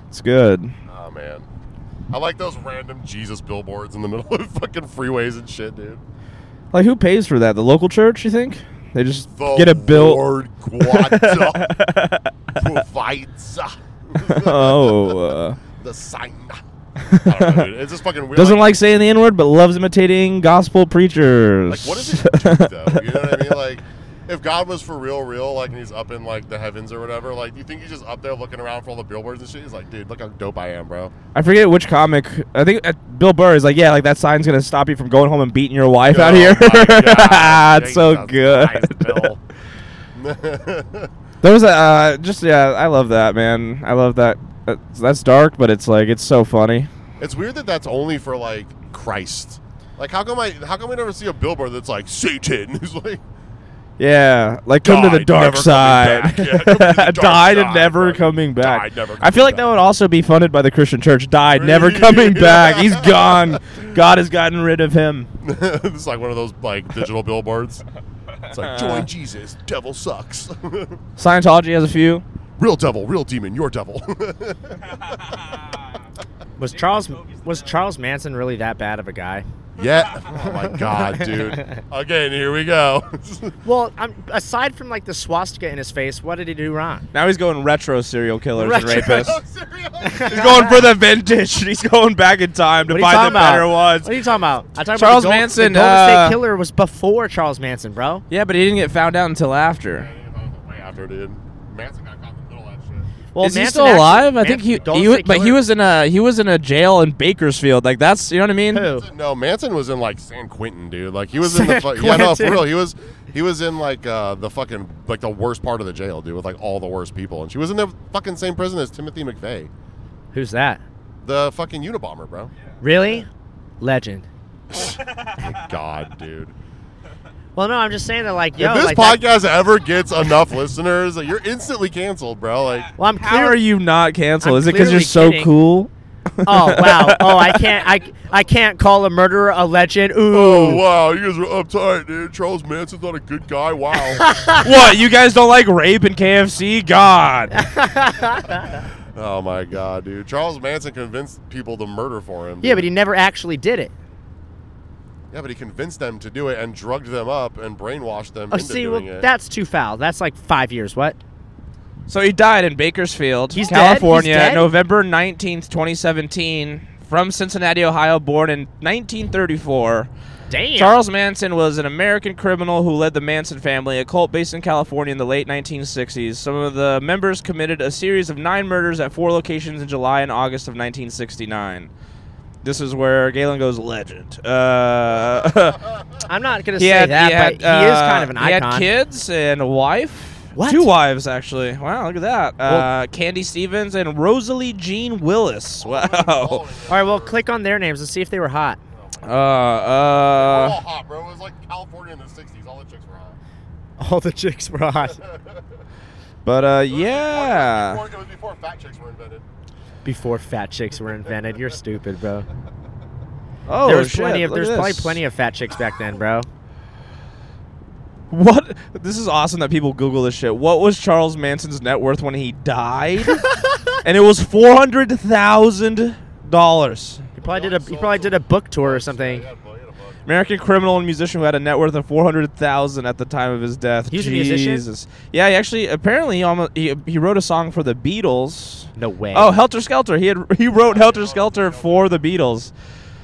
It's good. Oh man, I like those random Jesus billboards in the middle of fucking freeways and shit, dude. Like, who pays for that? The local church? You think they just get a bill? Lord God provides oh, uh, the sign. I don't know, dude. It's just fucking weird. doesn't like saying the N word, but loves imitating gospel preachers. Like, what does it do, though? You know what I mean? Like, if God was for real, real, like, and he's up in, like, the heavens or whatever, like, do you think he's just up there looking around for all the billboards and shit? He's like, dude, look how dope I am, bro. I forget which comic. I think uh, Bill Burr is like, yeah, like that sign's gonna stop you from going home and beating your wife out Oh here. my God. it's so Jesus good. Christ, Bill. There was a uh, just yeah, I love that man. I love that. Uh, That's dark, but it's like it's so funny. it's weird that that's only for, like, Christ. Like, how come I, how come we never see a billboard that's like, Satan? He's like, Yeah, like come to the Died, dark never coming side. back. Yeah, come to the dark Died and side, never buddy. coming back. Died, never I feel coming like that back. would also be funded by the Christian church. Died, never coming back. He's gone. God has gotten rid of him. it's like one of those, like, digital billboards. It's like, join Jesus, devil sucks. Scientology has a few. real devil, real demon, your devil. Was Charles was Charles Manson really that bad of a guy? Yeah. Oh my god, dude. Again, here we go. Well, I'm, aside from like the swastika in his face, what did he do wrong? Now he's going retro serial killers and Retro- rapists. He's going for the vintage. He's going back in time to What are you find the talking about? better ones. What are you talking about? I talking Charles about the Gold- Manson, The Golden uh, State Killer was before Charles Manson, bro. Yeah, but he didn't get found out until after. Way after, dude. Manson got caught in the middle of that shit. Well, Is he Manson still actually- alive? I Man- think he, Golden he was, State but he Killer- was in a he was in a jail in Bakersfield. Like that's you know what I mean. Who? No, Manson was in like San Quentin, dude. Like he was in the San fu- yeah, no, for Quentin. real. He was he was in like uh, the fucking like the worst part of the jail, dude, with like all the worst people. And she was in the fucking same prison as Timothy McVeigh, Who's that? the fucking Unabomber, bro. Really? Legend. God, dude. Well, no, I'm just saying that like, yo, if this like that- podcast ever gets enough listeners, like, you're instantly canceled, bro. Like, well, I'm How are clear. you not canceled? I'm Is it because you're clearly so kidding. cool? oh wow. Oh, I can't. I I can't call a murderer a legend. oh Ooh. wow, you guys are uptight, dude. Charles Manson's not a good guy. Wow. what you guys don't like rape and KFC? God, Oh my god, dude! Charles Manson convinced people to murder for him. yeah, dude. but he never actually did it. yeah, but he convinced them to do it and drugged them up and brainwashed them Oh, into see, well, doing it. that's too foul. That's like five years. What? so he died in Bakersfield, He's dead? He's California, dead? November nineteenth, twenty seventeen. From Cincinnati, Ohio, born in 1934. Damn. Charles Manson was an American criminal who led the Manson family, a cult based in California in the late 1960s. Some of the members committed a series of nine murders at four locations in July and August of 1969. This is where Galen goes legend. Uh, I'm not gonna he say had, that, he had, but he is uh, kind of an he icon. had kids and a wife. What? Two wives, actually. Wow, look at that. Well- uh, Candy Stevens and Rosalie Jean Willis. Wow. All right, well, click on their names and see if they were hot. Uh, uh, all hot, bro. It was like California in the '60s. All the chicks were hot. All the chicks were hot but uh, yeah. it was before fat chicks were invented. before fat chicks were invented. You're stupid, bro. Oh, there was shit, plenty of look at there's probably this. plenty of fat chicks back then, bro. What? This is awesome that people Google this shit. What was Charles Manson's net worth when he died? and it was four hundred thousand dollars. He probably did a he probably did a book tour or something. Yeah, boy, you had a bug. American criminal and musician who had a net worth of four hundred thousand at the time of his death. He was a Jesus. musician? Yeah, he actually apparently he almost he, he wrote a song for the Beatles. No way. Oh, Helter Skelter. He had he wrote Helter Skelter for the Beatles.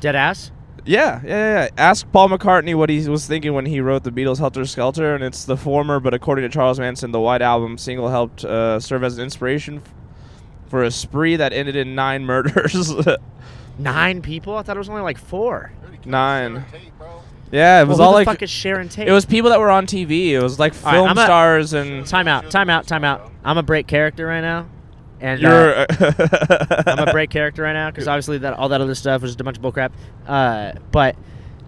dead ass. Yeah, yeah, yeah, yeah. Ask Paul McCartney what he was thinking when he wrote the Beatles' "Helter Skelter," and it's the former. But according to Charles Manson, the White Album single helped uh, serve as an inspiration f- for a spree that ended in nine murders. Nine people. I thought it was only like four. Dude, he killed Nine. Sharon Tate, bro. yeah, it Well, was who all the like fuck is Sharon Tate? it was people that were on TV. It was like All right, film I'm a- stars and time out, time out, time out. I'm a break character right now, and uh, you're. I'm a break character right now because obviously that all that other stuff was just a bunch of bullcrap. Uh, but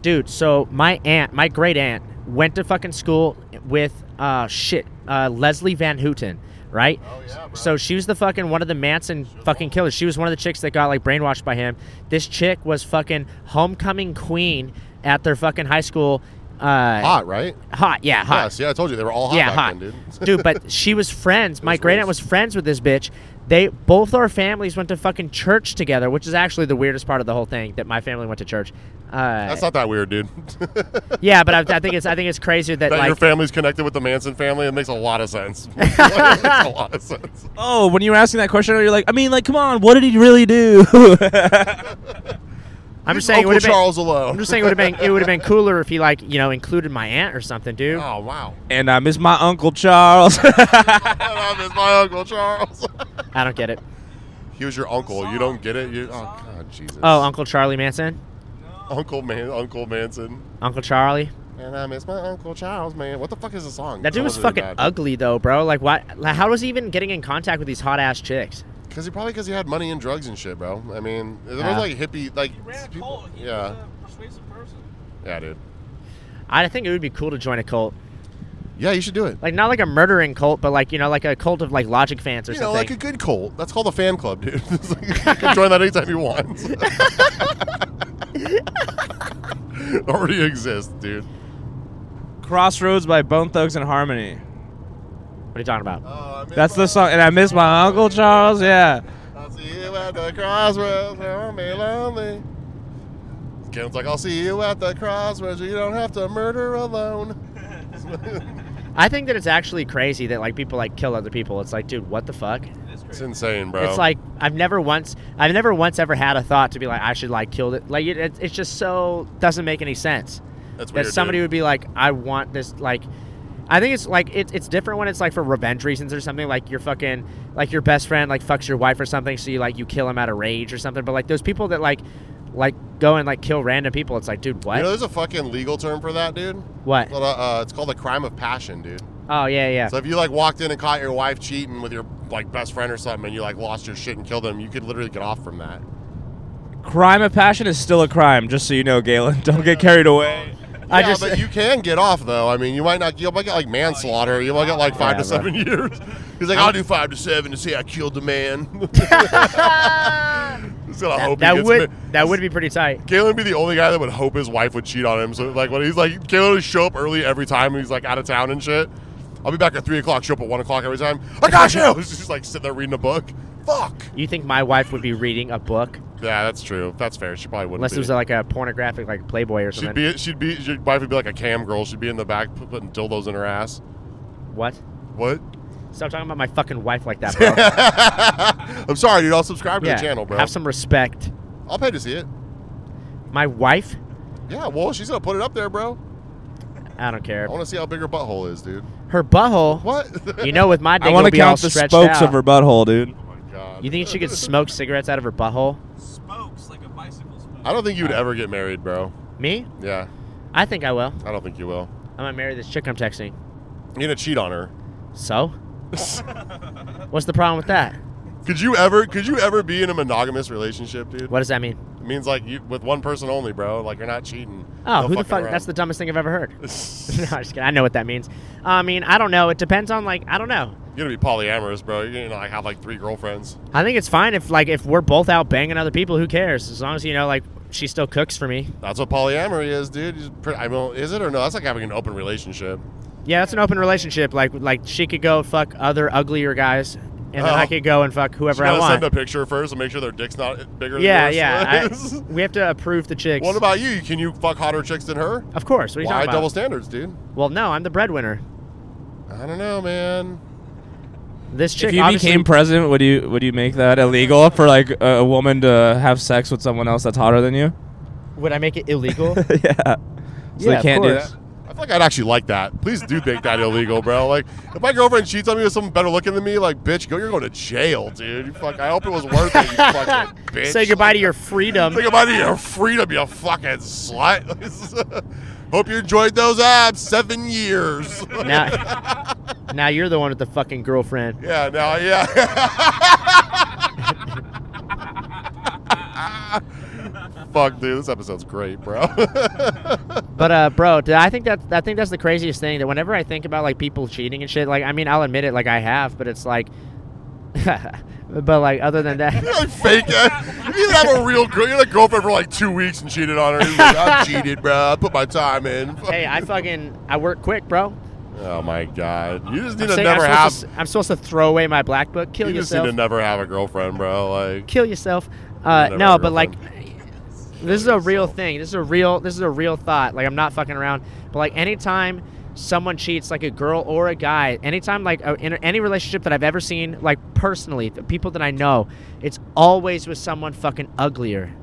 dude. So my aunt, my great aunt, went to fucking school with uh shit, uh, Leslie Van Houten, right? Oh, yeah, bro. So she was the fucking one of the Manson fucking killers. She was one of the chicks that got like brainwashed by him. This chick was fucking homecoming queen at their fucking high school. Uh, Hot, right? hot, yeah, hot Yes. Yeah, I told you they were all hot yeah, back hot. then, dude. But she was friends. My was great aunt was rules. friends with this bitch. They both our families went to fucking church together, which is actually the weirdest part of the whole thing that my family went to church. Uh, That's not that weird, dude. yeah, but I, I think it's I think it's crazier that, that your like family's connected with the Manson family, it makes a lot of sense. it makes a lot of sense. Oh, when you were asking that question, you're like, I mean, like, come on, what did he really do? I'm just Leave saying it Uncle would have been Charles alone. I'm just saying it would have been it would have been cooler if he like you know included my aunt or something, dude. Oh wow! and I miss my uncle Charles. I miss my uncle Charles. I don't get it. he was your uncle. You don't get it. You oh god, Jesus. Oh, Uncle Charlie Manson, Uncle Man, Uncle Manson. Uncle Charlie. And I miss my uncle Charles, man. What the fuck is the song? That dude was fucking ugly though, bro. Like, why? Like, how was he even getting in contact with these hot ass chicks? Because he probably because he had money and drugs and shit, bro. I mean, there Yeah. was like hippie, like He ran a people- cult. He was yeah, a persuasive person. yeah, dude. I think it would be cool to join a cult. Yeah, you should do it. like not like a murdering cult, but like you know, like a cult of like Logic fans or You know, something. like a good cult. That's called a fan club, dude. It's like, you can join that anytime you want. It Already exists, dude. Crossroads by Bone Thugs and Harmony. what are you talking about? That's the song. And I miss my uncle Charles. Yeah. I'll see you at the crossroads, lonely, lonely. Ken's like, I'll see you at the crossroads. You don't have to murder alone. I think that it's actually crazy that like people like kill other people. It's like, dude, what the fuck? It is It's crazy. insane, bro. It's like I've never once, I've never once ever had a thought to be like, I should like kill it. Like it, it, it's just so doesn't make any sense That's that weird, somebody dude. would be like, I want this. Like, I think it's like it's it's different when it's like for revenge reasons or something. Like your fucking like your best friend like fucks your wife or something, so you like you kill him out of rage or something. But like those people that like like go and like kill random people, it's like, dude, what? You know, there's a fucking legal term for that, dude. what? Well, uh, uh, it's called the crime of passion, dude. Oh yeah, yeah. So if you like walked in and caught your wife cheating with your like best friend or something, and you like lost your shit and killed them, you could literally get off from that. Crime of passion is still a crime, just so you know, Galen. Don't get carried away. I yeah, just- but you can get off though. I mean, you might not. You might get like manslaughter. You might get like five Yeah, to bro. seven years. He's like, I'll do five to seven to see I killed the man. He's gonna that, hope that he gets would ma- that would be pretty tight. Galen would be the only guy that would hope his wife would cheat on him. So like when he's like, Galen would show up early every time, and he's like out of town and shit. I'll be back at three o'clock. Show up at one o'clock every time. I got you. He's just like sitting there reading a book. Fuck. You think my wife would be reading a book Yeah, that's true. That's fair. She probably wouldn't. unless be. it was like a pornographic like Playboy or She'd something? be, she'd be, your wife would be like a cam girl. She'd be in the back pu- putting dildos in her ass. what? What? Stop talking about my fucking wife like that, bro. I'm sorry, dude. I'll subscribe to yeah, the channel, bro. have some respect. I'll pay to see it. My wife? Yeah, well, she's gonna put it up there, bro. I don't care. I want to see how big her butthole is, dude. Her butthole. Oh. What? You know, with my dick, I want to it'll be all count the stretched spokes out. of her butthole, dude. oh my god. You think she could smoke cigarettes out of her butthole? Spokes like a bicycle spoke. I don't think you'd ever get married, bro. Me? Yeah, I think I will. I don't think you will. I'm gonna marry this chick I'm texting. You're gonna cheat on her. So? What's the problem with that? Could you ever? Could you ever be in a monogamous relationship, dude? What does that mean? It means like you with one person only, bro. Like you're not cheating. Oh, No who the fucking fuck? around. That's the dumbest thing I've ever heard. no, I'm just kidding. I know what that means. I mean, I don't know. It depends on like I don't know. You're gonna be polyamorous, bro. You're gonna like have like three girlfriends. I think it's fine if like if we're both out banging other people, who cares? As long as you know like she still cooks for me. That's what polyamory is, dude. You just pr- I mean, is it or no? That's like having an open relationship. Yeah, that's an open relationship. Like like she could go fuck other uglier guys, and then I Oh. could go and fuck whoever you I gotta want. send a picture first and make sure their dick's not bigger yeah, than yeah. yours. I- we have to approve the chicks. what about you? Can you fuck hotter chicks than her? Of course. What are you Why talking double about? standards, dude? well, no, I'm the breadwinner. I don't know, man. This chick If you obviously. became president, would you would you make that illegal for like a, a woman to have sex with someone else that's hotter than you? would I make it illegal? yeah. So Yeah, they of can't do course. that. I feel like I'd actually like that. Please do make that illegal, bro. Like, if my girlfriend cheats on me with someone better looking than me, like, bitch, go, you're going to jail, dude. You fuck. I hope it was worth it. You fucking bitch. Say goodbye to your freedom. Say goodbye to your freedom, you fucking slut. hope you enjoyed those abs. Seven years. now, now you're the one with the fucking girlfriend. Yeah, no, yeah. Fuck, dude, this episode's great, bro. But uh, bro, dude, I think that I think that's the craziest thing. That whenever I think about like people cheating and shit, like I mean, I'll admit it, like I have, but it's like, but like other than You're that, like fake. ass- You didn't have a real girl. You're like girlfriend for like two weeks and cheated on her. You're like, I cheated, bro. I put my time in. hey, I fucking I work quick, bro. Oh my god, you just I'm, need to saying- never I'm have. supposed to, I'm supposed to throw away my black book. Kill You just need yourself. to never have a girlfriend, bro. Like, kill yourself. Uh, Never no, heard but of like, this is a real yourself. thing. This is a real. This is a real thought. Like, I'm not fucking around. But like, anytime someone cheats, like a girl or a guy, anytime like a, in any relationship that I've ever seen, like personally, the people that I know, it's always with someone fucking uglier.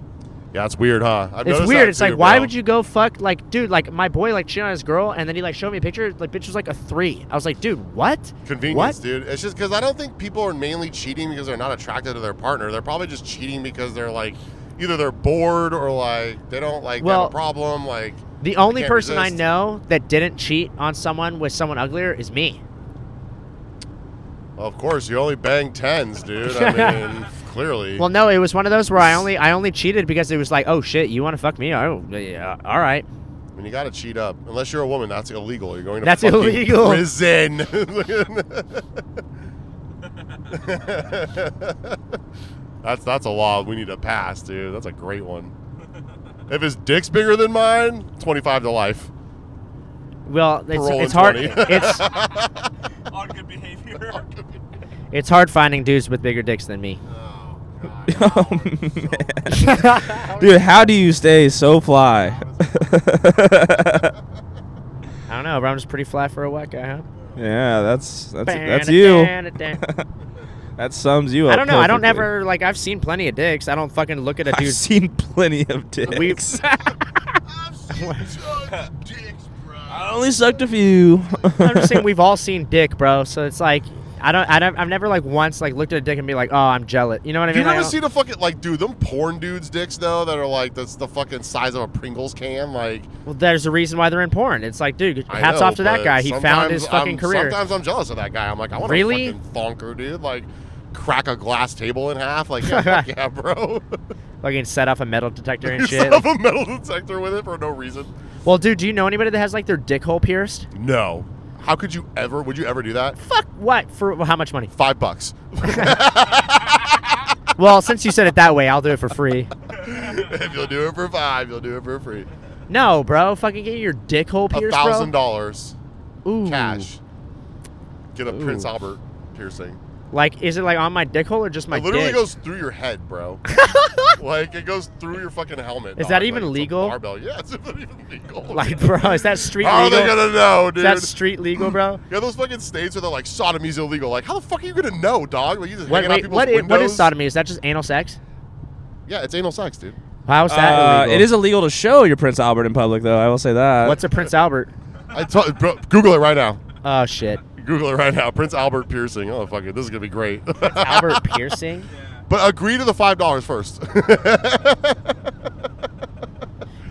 yeah, it's weird, huh? I've It's noticed weird. that It's too, like, why bro. would you go fuck like, dude? Like, my boy like cheated on his girl, and then he like showed me a picture. Like, bitch was like a three. I was like, dude, what? Convenience, What? dude. It's just because I don't think people are mainly cheating because they're not attracted to their partner. They're probably just cheating because they're like either they're bored or like they don't like they have Well- a problem. Like, The only can't person I resist. know that didn't cheat on someone with someone uglier is me. well, of course, you only bang tens, dude. I mean, clearly. Well, no, it was one of those where I only I only cheated because it was like, oh shit, you want to fuck me? Oh, yeah, all right. I mean, you got to cheat up. Unless you're a woman, that's illegal. You're going to That's fucking illegal. prison. that's that's a law we need to pass, dude. That's a great one. If his dick's bigger than mine, 25 to life. Well, it's, Parole it's in hard. 20. it's On good behavior. it's hard finding dudes with bigger dicks than me. Oh, Oh, man. Dude, how do you stay so fly? I don't know, but I'm just pretty fly for a white guy, huh? yeah, that's that's that's you. I That sums you up. don't know. I don't perfectly. ever like. I've seen plenty of dicks. I don't fucking look at a I've dude. seen plenty of We- dicks. I've seen giant dicks, bro. I only sucked a few. I'm just saying we've all seen dick, bro. So it's like I don't. I don't. I've never like once like looked at a dick and be like, oh, I'm jealous. You know what I Have you mean? Like, oh. I ever don't- seen a fucking like, dude? Them porn dudes' dicks though, that are like that's the fucking size of a Pringles can. Like, Well, there's a reason why they're in porn. It's like, dude, I hats know, off to that but guy. He found his sometimes fucking I'm- career. Sometimes I'm jealous of that guy. I'm like, I want Really? a fucking thonker, dude. Like, crack a glass table in half. Like, yeah, fuck yeah bro. Fucking set off a metal detector You and set shit. up a metal detector with it for no reason. well, dude, do you know anybody that has like their dick hole pierced? No. How could you ever? Would you ever do that? Fuck what? For how much money? Five bucks. well, since you said it that way, I'll do it for free. if you'll do it for five, you'll do it for free. No, bro, fucking get your dick hole A pierced, thousand dollars bro. Ooh. cash. Get a Ooh. Prince Albert piercing. Like, is it like on my dick hole or just my it literally dick? goes through your head, bro. like it goes through your fucking helmet. Is that dog. even Like, it's a legal? Barbell. Yeah, it's not even legal. like, bro, is that street how are legal? they gonna know, is dude? that street legal, bro? you know those fucking states where they're like sodomy's illegal. Like, how the fuck are you gonna know, dog? Like, you just What, hanging out wait, people's what, is, what is windows? sodomy? Is that just anal sex? Yeah, it's anal sex, dude. How is that Uh, illegal? It is illegal to show your Prince Albert in public, though. I will say that. What's a Prince Albert? I t- bro, Google it right now. Oh shit, Google it right now. Prince Albert piercing. Oh fuck it, this is gonna be great. but Albert piercing. agree to the five dollars first.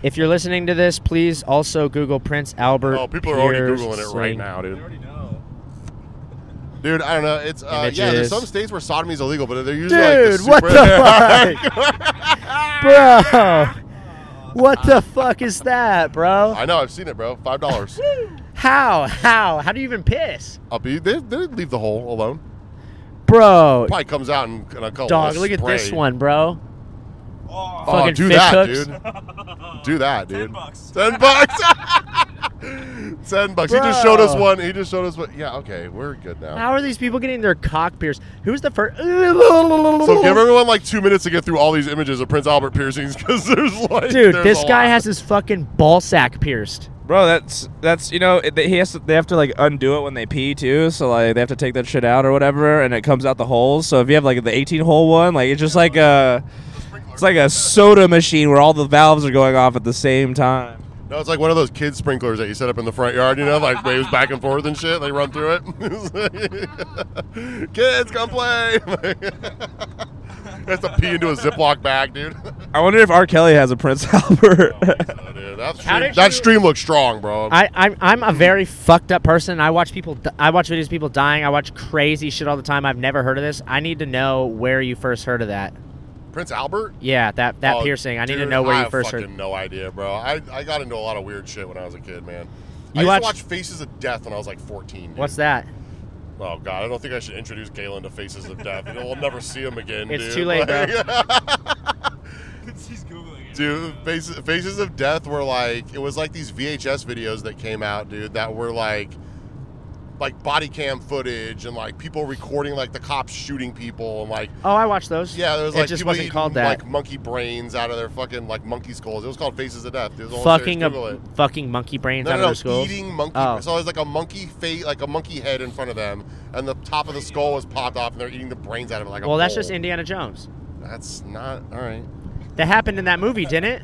If you're listening to this, please also Google Prince Albert. oh, people are already googling it right piercing. now, They dude. already know. Dude, I don't know. It's uh, yeah. There's Images. some states where sodomy is illegal, but they're usually Dude, what like the super the fuck? bro, what the fuck is that, bro? I know. I've seen it, bro. Five dollars. How? How? How do you even piss? I'll be. They, they leave the hole alone. Bro, Probably comes out in, in a couple. dog, of look at this spray. one, bro. Oh, Oh, Fucking do fish that, hooks. dude. Do that, dude. Ten bucks. Ten bucks. Ten bucks. He just showed us Bro. one. He just showed us one. Yeah. Okay, we're good now. How are these people getting their cock pierced? Who's the first? So give everyone like two minutes to get through all these images of Prince Albert piercings because there's like Dude, there's this a guy lot. has his fucking ball sack pierced. Bro, that's that's you know it, they- he has to, they have to like undo it when they pee too, so like they have to take that shit out or whatever, and it comes out the holes. So if you have like the 18 hole one, like it's just like a it's like a soda machine where all the valves are going off at the same time. No, it's like one of those kid sprinklers that you set up in the front yard, you know, like waves back and forth and shit. They run through it. It's like, Kids, come play. That's to pee into a Ziploc bag, dude. I wonder if R. Kelly has a Prince Albert. Oh, dude, that How stream, did that you- stream looks strong, bro. I, I'm, I'm a very fucked up person. I watch people. d- I watch videos of people dying. I watch crazy shit all the time. I've never heard of this. I need to know where you first heard of that. Prince Albert? Yeah, that that Oh, piercing. I need to dude, know where I you first fucking heard. No idea, bro. I, I got into a lot of weird shit when I was a kid, man. You I used watched- to watch Faces of Death when I was like 14. Dude. What's that? Oh god, I don't think I should introduce Galen to Faces of Death. We'll never see him again. It's dude. too late, bro. He's googling it. Dude, Faces, Faces of Death were like it was like these VHS videos that came out, dude, that were like like body cam footage and like people recording like the cops shooting people and like Oh, I watched those. yeah, there was It like just people wasn't eating, called that. like monkey brains out of their fucking like monkey skulls. It was called Faces of Death. Dude. It was all fucking serious. Google a, it. fucking monkey brains No, out no, of no, their schools. eating monkey. Oh. So it was like a monkey face, like a monkey head in front of them, and the top of the skull was popped off, and they're eating the brains out of it like a well, that's just bowl. Indiana Jones. That's not all right. That happened in that movie, didn't it?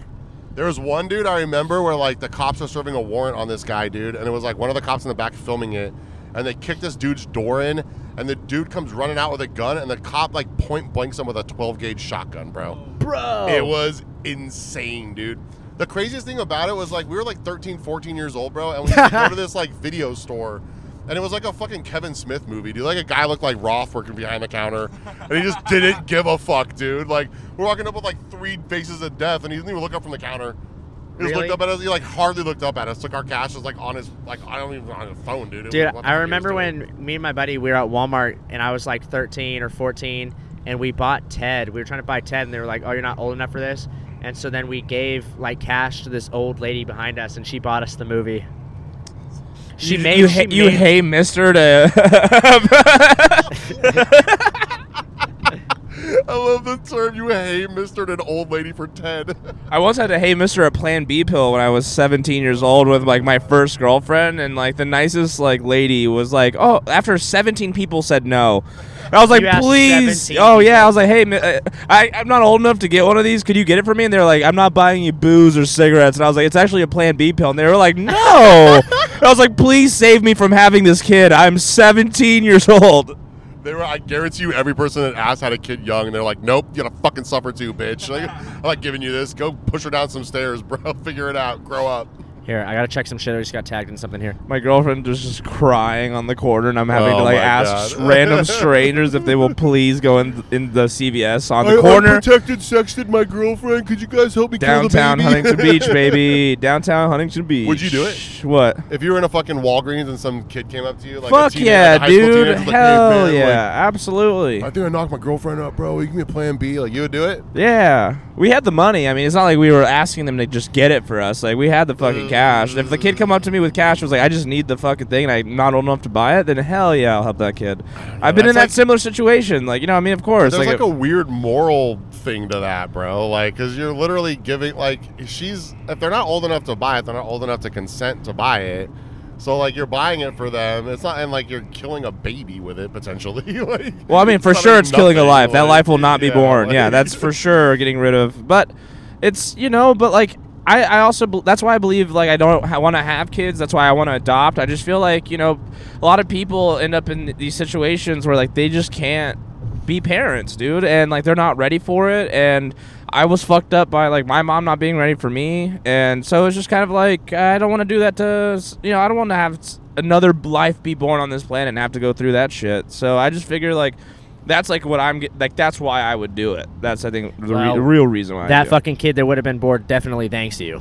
There was one dude I remember where like the cops were serving a warrant on this guy, dude, and it was like one of the cops in the back filming it, and they kicked this dude's door in, and the dude comes running out with a gun, and the cop like point blanks him with a 12 gauge shotgun, bro. Bro. It was insane, dude. The craziest thing about it was like we were like 13, 14 years old, bro, and we used to go to this like video store. And it was like a fucking Kevin Smith movie, dude. Like a guy looked like Roth working behind the counter, and he just didn't give a fuck, dude. Like we're walking up with like three faces of death, and he didn't even look up from the counter. He just Really? looked up at us. He like hardly looked up at us. Took our cash. Was like on his like I don't even on his phone, dude. It was- Dude, I what the fuck he was remember doing. when me and my buddy we were at Walmart and I was like 13 or 14 and we bought Ted. We were trying to buy Ted and they were like, "Oh, you're not old enough for this." And so then we gave like cash to this old lady behind us and she bought us the movie. She you, made you, she hey- you made- hey Mister to. I love the term you hey Mister an old lady for Ted. I once had to hey Mister a Plan B pill when I was 17 years old with like my first girlfriend, and like the nicest like lady was like, oh, after 17 people said no, And I was like, You asked please, 17 oh yeah, people. I was like, hey, mi- uh, I I'm not old enough to get one of these. Could you get it for me? And they were like, I'm not buying you booze or cigarettes, and I was like, it's actually a Plan B pill, and they were like, no. I was like, please save me from having this kid. I'm 17 years old. They were. I guarantee you, every person that asked had a kid young, and they're like, "Nope, you gotta fucking suffer too, bitch." Like, I'm not giving you this. Go push her down some stairs, bro. Figure it out. Grow up. Here, I got to check some shit. I just got tagged in something here. My girlfriend was just crying on the corner, and I'm having to Oh like my ask God. random strangers if they will please go in in the CVS on the corner, protected sexted my girlfriend. Could you guys help me downtown Huntington Beach, baby, downtown Huntington Beach. Would you do it? What? If you were in a fucking Walgreens and some kid came up to you, like a Fuck teen- yeah, like a high school dude! teenager, was like, "Hey, Hell man, like, yeah, absolutely. I think I knocked my girlfriend up, bro. You give me a plan B. Like, you would do it? Yeah, we had the money. I mean, it's not like we were asking them to just get it for us. Like we had the fucking cash. And if the kid come up to me with cash, and was like, I just need the fucking thing, and I'm not old enough to buy it. Then hell yeah, I'll help that kid. I've been That's in that like- similar situation. Like you know, what I mean, of course. There's like like, a, weird moral thing to that, bro. Like, because you're literally giving, like, she's, if they're not old enough to buy it, they're not old enough to consent to buy it. So, like, you're buying it for them. It's not, and, like, you're killing a baby with it, potentially. like, Well, I mean, for not sure, even it's killing a nothing, life. that like, life will not be yeah, born. yeah, like- that's for sure getting rid of. But it's you know, but like I, I also bel- that's why I believe like I don't ha- want to have kids. That's why I want to adopt. I just feel like you know, a lot of people end up in these situations where like they just can't be parents, dude, and like they're not ready for it. And I was fucked up by like my mom not being ready for me, and so it's just kind of like I don't want to do that to s- you know I don't want to have s- another life be born on this planet and have to go through that shit. So I just figure like. That's like what I'm get, like. That's why I would do it. That's I think the, Well, re- the real reason why I that do it. fucking kid that would have been bored definitely thanks to you.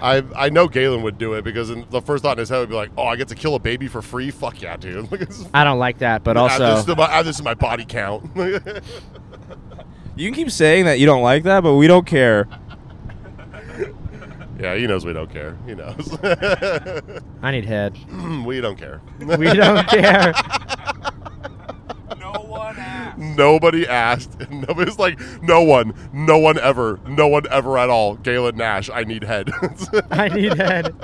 I, I know Galen would do it because in, the first thought in his head would be like, oh, I get to kill a baby for free? Fuck yeah, dude. Like, this is- I don't like that, but add this, also to my, add this is my body count. You can keep saying that you don't like that, but we don't care. yeah, he knows we don't care. He knows. I need head. we don't care. We don't care. No one asked. Nobody asked. And Nobody's like, no one, no one ever, no one ever at all. Galen Nash, I need head. I need head.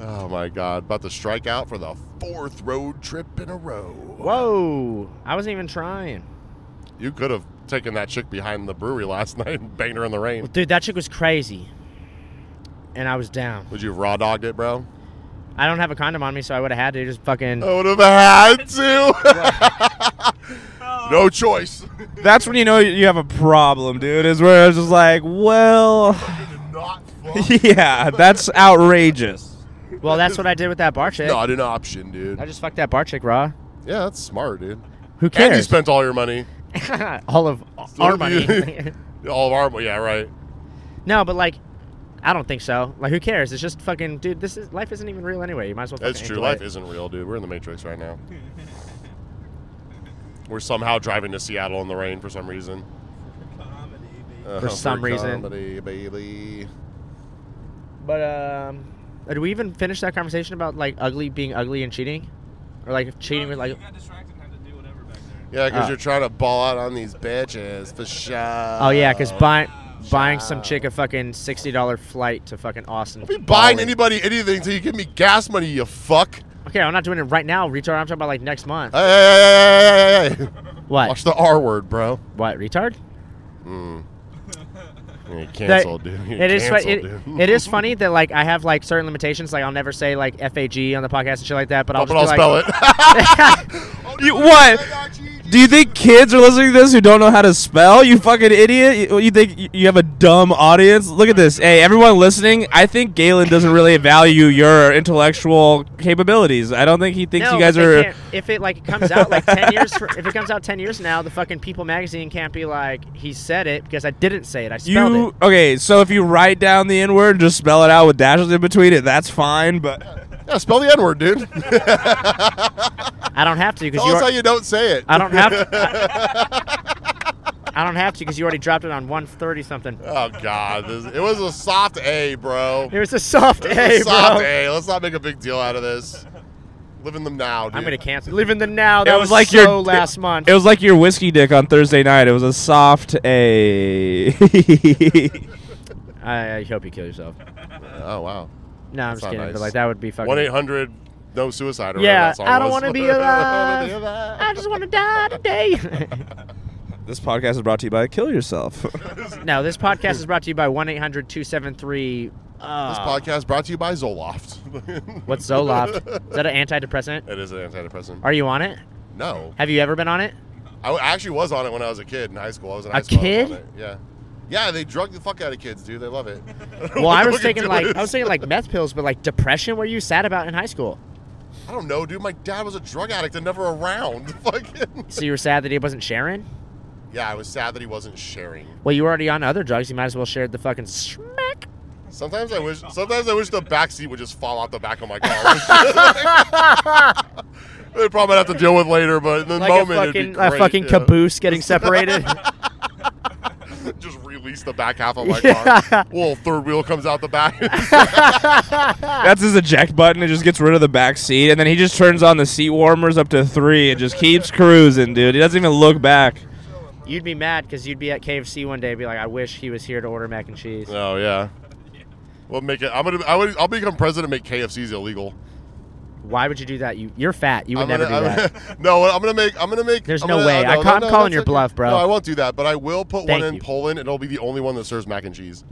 oh my God. About to strike out for the fourth road trip in a row. Whoa. I wasn't even trying. You could have taken that chick behind the brewery last night and banged her in the rain. Dude, that chick was crazy. And I was down. Would you have raw dogged it, bro? I don't have a condom on me, so I would have had to just fucking. I would have had to. no choice. That's when you know you have a problem, dude. Is where it's just like, well, Not yeah, that's outrageous. Well, that's what I did with that bar chick. Not an option, dude. I just fucked that bar chick raw. Yeah, that's smart, dude. Who And you cares? spent all your money. all of Still our be- money. All of our, yeah, right. no, but like, I don't think so. Like, who cares? It's just fucking, dude. This is life isn't even real anyway. You might as well. That's fucking true. enjoy Life it. isn't real, dude. We're in the Matrix right now. We're somehow driving to Seattle in the rain for some reason. Comedy, baby. Uh, For some reason. comedy, baby. But um, did we even finish that conversation about like ugly being ugly and cheating, or like cheating with like? You got distracted and had to do whatever back there. Yeah, because Uh. you're trying to ball out on these bitches for sure. Oh yeah, because Uh, buying buying some Wow. chick a fucking sixty dollar flight to fucking Austin. I'll be buying Bali. anybody anything until you give me gas money, you fuck. Okay, I'm not doing it right now, retard. I'm talking about like next month. Hey, hey, hey, hey, hey, hey, hey. what? Watch the R word, bro. What? Retard? Mm. You're canceled, dude. You're It is. fu- canceled, it, dude. it is funny that like I have like certain limitations. Like I'll never say like fag on the podcast and shit like that. But I'll but just I'll be spell like, it. Oh, You what? Do you think kids are listening to this who don't know how to spell? You fucking idiot! You, you think you- you have a dumb audience? Look at this. Hey, everyone listening, I think Galen doesn't really value your intellectual capabilities. I don't think he thinks No, you guys but they are. can't- If it like comes out like ten years, fr if it comes out ten years now, the fucking People magazine can't be like he said it because I didn't say it. I spelled You it. okay? So if you write down the N word and just spell it out with dashes in between it, that's fine. But yeah, spell the N word, dude. I don't have to because Tell you. us are- how you don't say it. I don't have to. I, I don't have to because you already dropped it on one thirty something. Oh God, this, it was a soft A, bro. It was a soft It was A, a bro. soft A. Let's not make a big deal out of this. Living them now, dude. I'm gonna cancel. Live in the now. That it was, was like so your last month. It was like your whiskey dick on Thursday night. It was a soft a. I, I hope you kill yourself. Oh wow. No, I'm That's just not kidding. nice. But like that would be fucking. One eight hundred, no suicide. Or Yeah, whatever that song I don't was. wanna be alive. I just want to die today. this podcast is brought to you by Kill Yourself. no, this podcast is brought to you by 1 800 273. This podcast brought to you by Zoloft. What's Zoloft? Is that an antidepressant? It is an antidepressant. Are you on it? No, Have you ever been on it? I w- I actually was on it when I was a kid in high school. I was in high A school. I was kid? on it. Yeah. Yeah, they drug the fuck out of kids, dude. They love it. Well, I was Look at taking like I was this. taking like meth pills, but like depression. Were you sad about in high school? I don't know, dude. My dad was a drug addict and never around. Fucking. So you were sad that he wasn't sharing. Yeah, I was sad that he wasn't sharing. Well, you were already on other drugs. You might as well share the fucking smack. Sometimes I wish. Sometimes I wish the back seat would just fall out the back of my car. They probably have to deal with later, but in the Like moment, a it'd fucking be great, a fucking yeah. caboose getting separated. Just release the back half of my Yeah. car. Well, third wheel comes out the back. That's his eject button. It just gets rid of the back seat, and then he just turns on the seat warmers up to three and just keeps cruising, dude. He doesn't even look back. you'd be mad because you'd be at KFC one day, and be like, I wish he was here to order mac and cheese. oh yeah. We'll make it. I'm gonna. I would. I'll become president. and Make KFC's illegal. Why would you do that? You you're fat. You would I'm never gonna, do that. I'm gonna- no, I'm gonna make. I'm gonna make. There's I'm no gonna- uh, way. I no, ca- I'm no, no, calling that's your it. bluff, bro. No, I won't do that. But I will put Thank one in you. Poland, and it'll be the only one that serves mac and cheese.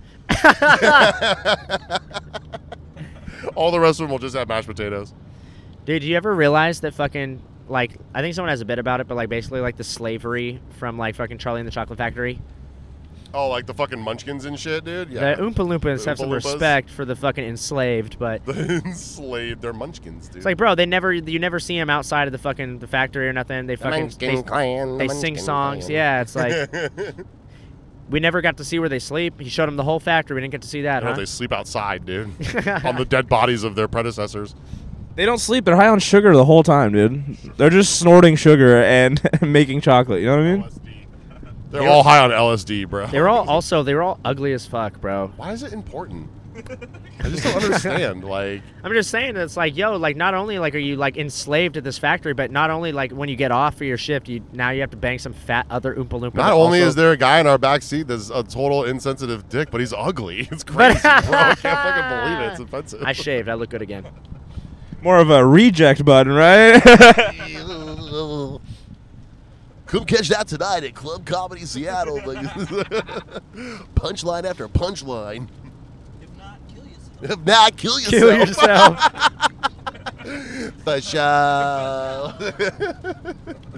All the rest of them will just have mashed potatoes. Dude, do you ever realize that fucking like I think someone has a bit about it, but like basically like the slavery from like fucking Charlie and the Chocolate Factory. Oh, like the fucking Munchkins and shit, dude. Yeah. The Oompa Loompas have Oompa some Loompas. respect for the fucking enslaved, but The enslaved. They're Munchkins, dude. it's like, bro, they never you never see them outside of the fucking the factory or nothing. They fucking they, clan. they sing songs. Yeah, it's like we never got to see where they sleep. He showed them the whole factory. We didn't get to see that, No, huh? they sleep outside, dude, on the dead bodies of their predecessors. They don't sleep. They're high on sugar the whole time, dude. They're just snorting sugar and making chocolate. You know what I mean? They're all high on LSD, bro. They were all also they were all ugly as fuck, bro. Why is it important? I just don't understand. Like, I'm just saying that it's like, yo, like not only like are you like enslaved at this factory, but not only like when you get off for your shift, you now you have to bang some fat other oompa loompa. not that only also- is there a guy in our back seat that's a total insensitive dick, but he's ugly. It's crazy, bro. I can't fucking believe it. It's offensive. I shaved, I look good again. More of a reject button, right? Come catch that tonight at Club Comedy Seattle. punchline after punchline. If not, kill yourself. If not, kill yourself. Kill yourself. For sure.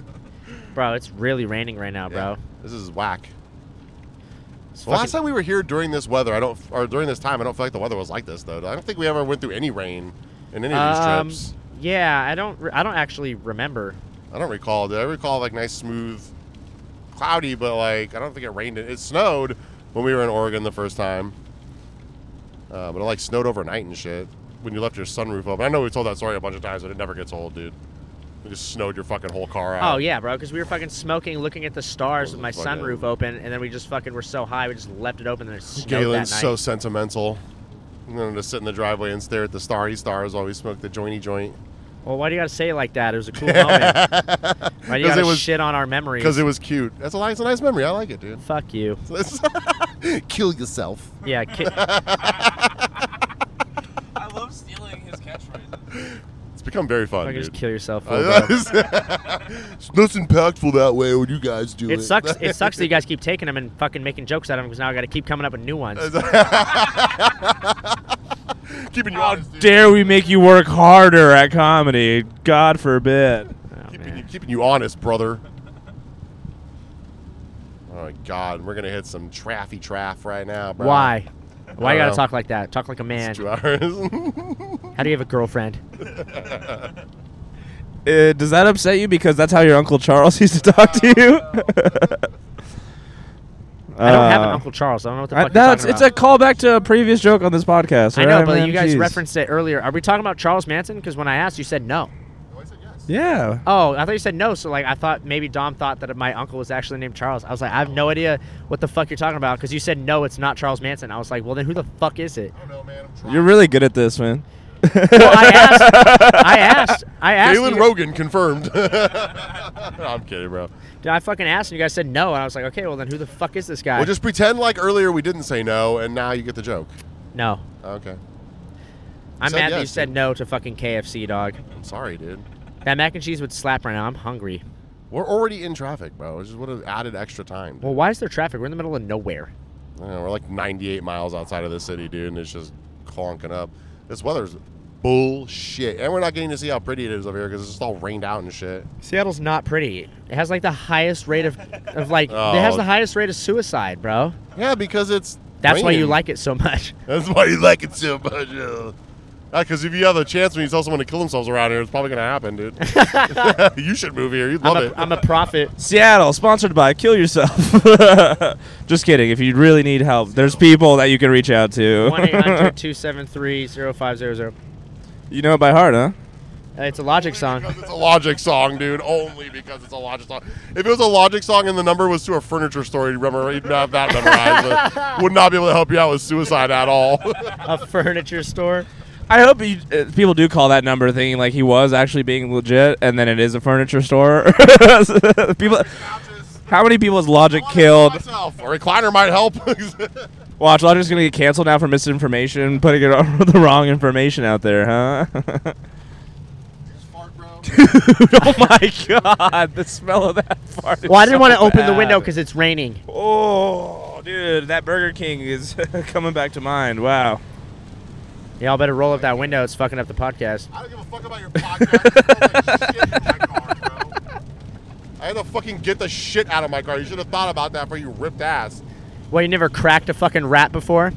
bro, it's really raining right now, bro. this is whack. It's Well, fucking- last time we were here during this weather, I don't, or during this time, I don't feel like the weather was like this though. I don't think we ever went through any rain in any of these Um, trips. yeah, I don't re- I don't actually remember. I don't recall. Did I recall like nice, smooth, cloudy, but like I don't think it rained. It, it snowed when we were in Oregon the first time, uh, but it like snowed overnight and shit when you left your sunroof open. I know we told that story a bunch of times, but it never gets old, dude. It just snowed your fucking whole car out. Oh yeah, bro, because we were fucking smoking, looking at the stars with my Fucking- sunroof open, and then we just fucking were so high, we just left it open and it snowed Galen's that night. so sentimental. I'm gonna just sit in the driveway and stare at the starry stars while we smoke the jointy joint. well, why do you gotta say it like that? It was a cool moment. Why do you 'Cause gotta it was- shit on our memories? Because it was cute. That's a, li- it's a nice memory. I like it, dude. Fuck you. Kill yourself. Yeah. Ki- I love stealing his catchphrases. it's become very fun, Fucking dude. just kill yourself. Fool, Uh, bro. It's not impactful that way when you guys do it. It sucks. It sucks that you guys keep taking them and fucking making jokes out of them because now I got to keep coming up with new ones. Keeping Oh, you How honest, dude. dare we make you work harder at comedy? God forbid. Oh, Keeping you, man. keeping you honest, brother. Oh my God, we're gonna hit some traffy traff right now, bro. Why? Why you I don't gotta know. talk like that? Talk like a man. Uh, It's two hours. How do you have a girlfriend? Uh, does that upset you? Because that's how your Uncle Charles used to talk to you? I don't have an Uh, Uncle Charles. I don't know what the I- fuck no, you're it's, talking it's a about. callback to a previous joke on this podcast. I know, alright, but man? you guys Jeez. referenced it earlier. Are we talking about Charles Manson? Because when I asked, you said no. Yeah. Oh, I thought you said no. So like, I thought maybe Dom thought that my uncle was actually named Charles. I was like, I have no idea what the fuck you're talking about because you said no, it's not Charles Manson. I was like, well then who the fuck is it? You're really good at this, man. Well, I asked. I asked. I asked. Galen you- Rogan confirmed. No, I'm kidding, bro. Dude, I fucking asked, and you guys said no, and I was like, okay, well then who the fuck is this guy? Well, just pretend like earlier we didn't say no, and now you get the joke. no. Okay. I'm said mad that you yes, said dude. no to fucking KFC, dog. I'm sorry, dude. That mac and cheese would slap right now. I'm hungry. We're already in traffic, bro. It just would have added extra time. Well, why is there traffic? We're in the middle of nowhere. I don't know, we're like 98 miles outside of the city, dude, and it's just clonking up. This weather's bullshit, and we're not getting to see how pretty it is over here because it's just all rained out and shit. Seattle's not pretty. It has like the highest rate of, of like, it has Oh. the highest rate of suicide, bro. Yeah, because it's. That's why you raining. like it so much. That's why you like it so much. Because if you have a chance when you tell someone to kill themselves around here, it's probably gonna happen, dude. you should move here. You'd love I'm a, it. I'm a prophet. Seattle, sponsored by Kill Yourself. Just kidding. If you really need help, there's people that you can reach 1 out to. 800 273 0500. you know it by heart, huh? It's a Logic song. Because it's a Logic song, dude. Only because it's a Logic song. If it was a Logic song and the number was to a furniture store, you'd, remember, you'd have that memorized. but would not be able to help you out with suicide at all. A furniture store. I hope you, uh, people do call that number thinking like he was actually being legit, and then it is a furniture store. people, how many people has Logic killed? Myself. A recliner might help. Watch, Logic's gonna get canceled now for misinformation, putting it on the wrong information out there, huh? oh my god, the smell of that fart. is Well, I didn't so want to open the bad. window because it's raining. Oh, dude, that Burger King is coming back to mind. Wow. Y'all better roll up that window. It's fucking up the podcast. I don't give a fuck about your podcast. I had to fucking get the shit out of my car. You should have thought about that before you ripped ass. Well, you never cracked a fucking rat before?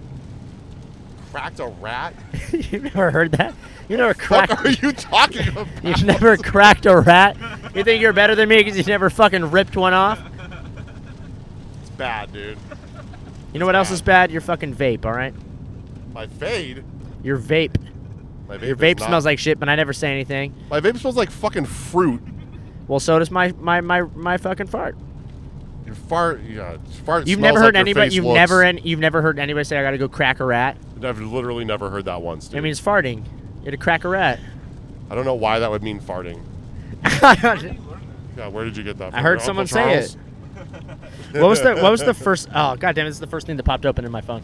Cracked a rat? you never heard that? You never What cracked. are you talking about? You've never cracked a rat. You think you're better than me because you never fucking ripped one off. It's bad, dude. You know what else is bad? Your fucking vape. All right, My fade. your vape. My vape, Your is vape not- smells like shit, but I never say anything. My vape smells like fucking fruit. Well, so does my my my, my fucking fart. Your fart, yeah, your fart. You've smells never like heard your anybody. face You've looks. never an, you've never heard anybody say I gotta go crack a rat. I've literally never heard that once. Dude. I mean, it's farting. You had to crack a rat. I don't know why that would mean farting. I Yeah, where did you get that? from? heard Your someone Uncle say Charles? it. What was the what was the first? Oh goddamn! This is the first thing that popped open in my phone.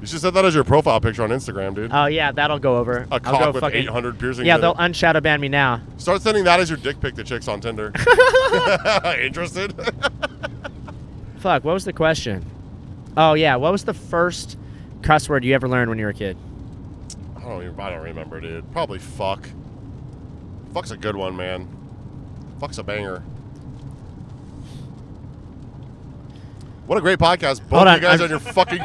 You should set that as your profile picture on Instagram, dude. Oh yeah, that'll go over. a I'll go cock with fucking. 800 piercings. Yeah, in they'll uh it. unshadow ban me now. Start sending that as your dick pic to chicks on Tinder. Interested? Fuck, what was the question? Oh yeah, what was the first cuss word you ever learned when you were a kid? I don't even. I don't remember, dude. Probably fuck. Fuck's a good one, man. Fuck's a banger. What a great podcast! Both Hold of on, you guys I'm- on your fucking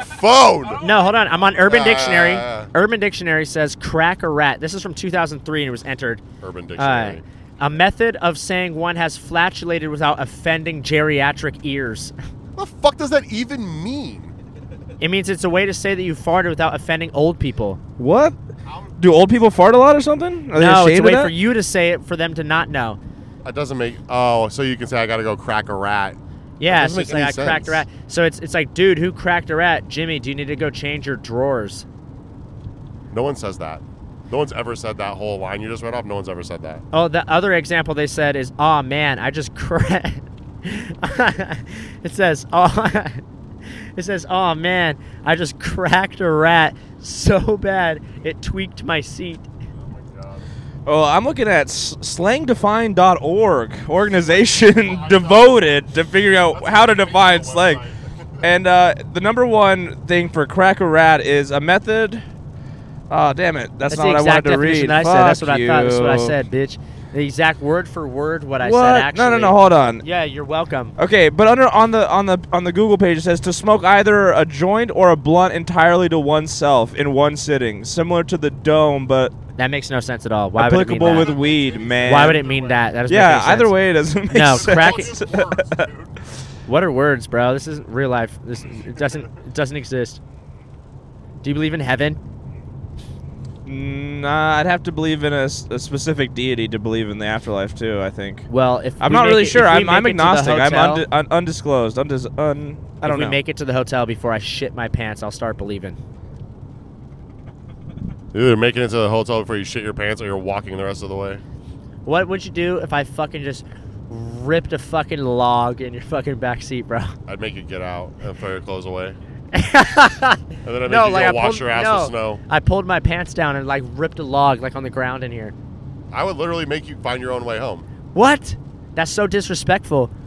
phone. No, hold on. I'm on Urban Dictionary. Ah. Urban Dictionary says crack a rat. This is from 2003 and it was entered. Urban Uh, Dictionary. A method of saying one has flatulated without offending geriatric ears. What the fuck does that even mean? It means it's a way to say that you farted without offending old people. What? Do old people fart a lot or something? Are they no, it's a ashamed way of that? for you to say it for them to not know. That doesn't make. Oh, so you can say I gotta go crack a rat. Yeah, That it's doesn't just make like I any cracked a rat. sense. So it's it's like, dude, who cracked a rat? Jimmy, do you need to go change your drawers? No one says that. No one's ever said that whole line you just read off. No one's ever said that. Oh, the other example they said is, oh man, I just cracked. it says, oh, it says, oh man, I just cracked a rat so bad it tweaked my seat. Oh, I'm looking at s- slangdefine.org, organization devoted to figuring out how to define slang. And uh, the number one thing for crack a rat is a method. Ah, damn it. That's That's, not the what I wanted exact to definition read. I said. That's Fuck what I thought. That's what I you. said, bitch. The exact word for word what I What? said. Actually, No, no, no. Hold on. Yeah, you're welcome. Okay, but under on the on the on the Google page it says to smoke either a joint or a blunt entirely to oneself in one sitting, similar to the dome, but That makes no sense at all. Why would it mean applicable that? with weed, man. Why would it mean that? That doesn't make Yeah, any either sense. way, it doesn't make No, sense. crack It's it. just words, dude. What are words, bro? This isn't real life. This it doesn't it doesn't exist. Do you believe in heaven? Nah, I'd have to believe in a, s- a specific deity to believe in the afterlife too. I think. Well, if I'm we not make really it- if sure. we I'm, I'm make it to the agnostic. I'm hotel- undi- un- undisclosed. Undis- un- I don't if know. we make it to the hotel before I shit my pants, I'll start believing. You're either making it to the hotel before you shit your pants, or you're walking the rest of the way. What would you do if I fucking just ripped a fucking log in your fucking back seat, bro? I'd make you get out and throw your clothes away, and then I'd make no, you like go I wash pulled, your ass no, with snow. I pulled my pants down and like ripped a log like on the ground in here. I would literally make you find your own way home. What? That's so disrespectful.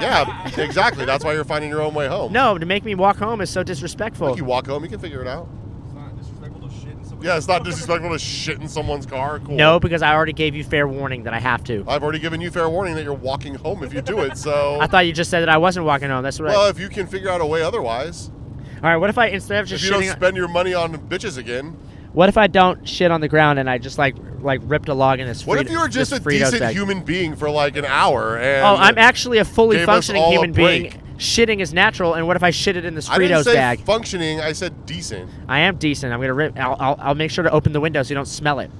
Yeah, exactly. That's why you're finding your own way home. No, to make me walk home is so Like disrespectful. you walk home, you can figure it out. It's not disrespectful to shit in somebody's Yeah, it's not disrespectful to shit in someone's car. Cool. No, because I already gave you fair warning that I have to. I've already given you fair warning that you're walking home if you do it. So, I thought you just said that I wasn't walking home. That's what. well, if you can figure out a way otherwise, I, all right. What if I instead of if just you don't shitting? spend your money on bitches again, what if I don't shit on the ground and I just like like ripped a log in this? what Frito, if you were just a this Frito decent bag? human being for like an hour? And Oh, I'm actually a fully gave us functioning all a human being. break. Shitting is natural, and what if I shit it in this I didn't Fritos say bag? functioning. I said decent. I am decent. I'm gonna rip. I'll, I'll, I'll make sure to open the window so you don't smell it.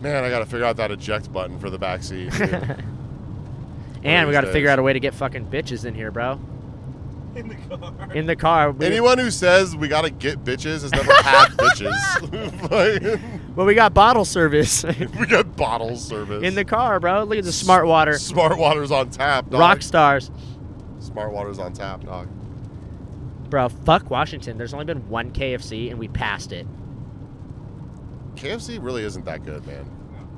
Man, I gotta figure out that eject button for the back seat. dude. And we these got to days. figure out a way to get fucking bitches in here, bro. in the car. In the car. We, Anyone who says we gotta get bitches has never had bitches. Well, we got bottle service we got bottle service. in the car, bro. Look at the smart water. smart water's on tap. Dog. Rock stars. Smart water's on tap, dog. Bro, fuck Washington. There's only been one KFC and we passed it. KFC really isn't that good, man.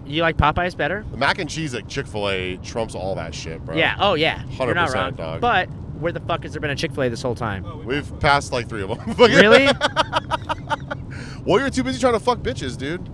You like Popeyes better? The mac and cheese at Chick Fil A trumps all that shit, bro. Yeah. Oh yeah. You're not 100% wrong. dog. But where the fuck has there been a Chick Fil A this whole time? Oh, we- We've passed like three of them. Really? well, you're too busy trying to fuck bitches, dude.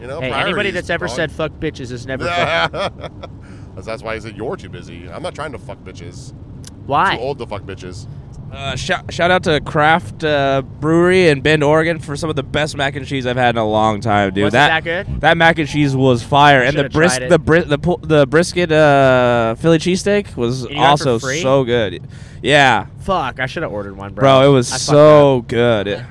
You know, hey, anybody priorities, that's ever dog. said fuck bitches has never. fucked. That's- That's why I said you're too busy. I'm not trying to fuck bitches. Too Why? old to fuck bitches. Uh, shout, shout out to Kraft uh, Brewery in Bend, Oregon, for some of the best mac and cheese I've had in a long time, dude. Was it that good? That mac and cheese was fire, and the should've bris- tried it. the bri- the pu- the brisket uh, Philly cheesesteak was you got it for also free? so good. Yeah, Fuck! I should have ordered one, bro. bro, it was I fucked up. so good. It-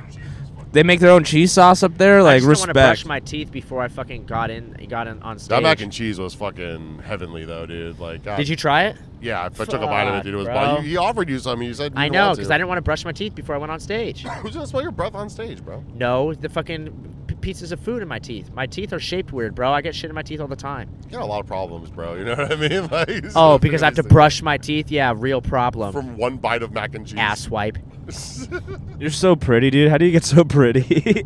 they make their own cheese sauce up there, I like just want to brush respect. my teeth before I fucking got in. Got in on stage. That mac and cheese was fucking heavenly, though, dude. Like, God. Did you try it? Yeah, I took a bite of it, Fuck, dude. It was. bro. bomb. He he offered you some. You said you I didn't know, want because to. I didn't want to brush my teeth before I went on stage. Who's gonna smell your breath on stage, bro? no, the fucking p- pieces of food in my teeth. My teeth are shaped weird, bro. I get shit in my teeth all the time. You got a lot of problems, bro. You know what I mean? Like, you just Oh, gotta because I have figure to these things brush my teeth. Yeah, real problem. from one bite of mac and cheese. Ass wipe. You're so pretty, dude. How do you get so pretty?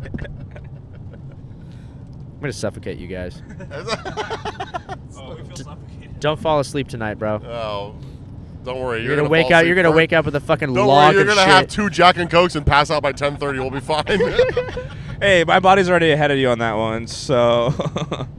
I'm gonna suffocate you guys. oh, we feel suffocated. Don't fall asleep tonight, bro. oh, don't worry. You're, gonna, wake up. You're gonna wake up with a fucking Don't log worry. You're of gonna shit. have two Jack and Cokes and pass out by 10:30. We'll be fine. hey, my body's already ahead of you on that one, so.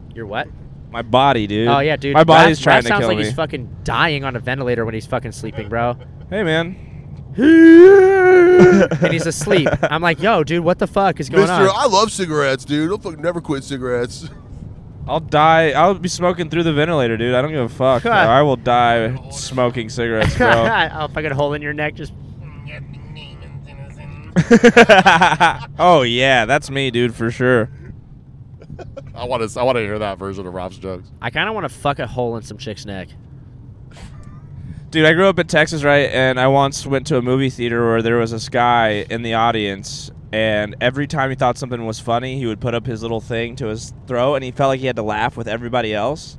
You're what? My body, dude. Oh yeah, dude. My body's Raph, trying Raph to sounds kill like me. he's fucking dying on a ventilator when he's fucking sleeping, bro. hey, man. and he's asleep. I'm like, yo, dude, what the fuck is going Mister, on? I love cigarettes, dude. I'll fucking never quit cigarettes. I'll die. I'll be smoking through the ventilator, dude. I don't give a fuck. bro. I will die smoking cigarettes, bro. I'll fucking hole in your neck. Just oh yeah, that's me, dude, for sure. I want to. I want to hear that version of Rob's jokes. I kind of want to fuck a hole in some chick's neck. Dude, I grew up in Texas, right? And I once went to a movie theater where there was this guy in the audience, and every time he thought something was funny, he would put up his little thing to his throat, and he felt like he had to laugh with everybody else.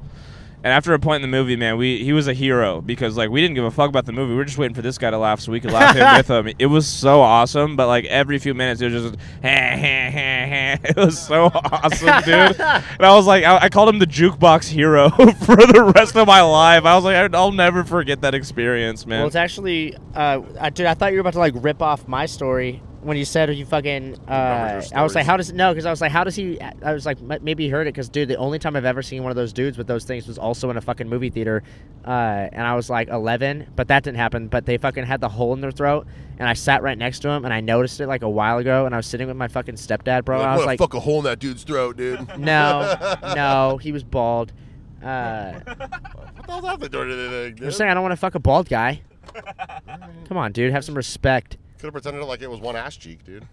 And after a point in the movie, man, we he was a hero because like we didn't give a fuck about the movie. We were just waiting for this guy to laugh so we could laugh him with him. It was so awesome, but like every few minutes it was just it was so awesome, dude. And I was like, I, I called him the jukebox hero for the rest of my life. I was like, I- I'll never forget that experience, man. Well, it's actually, uh, I, dude, I thought you were about to like rip off my story when you said you fucking. Uh, your I was like, stories. how does no? Because I was like, how does he? I was like, m- maybe he heard it because dude, the only time I've ever seen one of those dudes with those things was also in a fucking movie theater, uh, and I was like 11, but that didn't happen. But they fucking had the hole in their throat, and I sat right next to him, and I noticed it like a while ago, and I was sitting with my fucking stepdad, bro. You're and I like, was "What like, Fuck a hole in that dude's throat, dude. no, no, he was bald. Uh, What the hell's that have to do with anything, I'm dude? saying I don't want to fuck a bald guy. Come on, dude, have some respect. Could have pretended like it was one ass cheek, dude.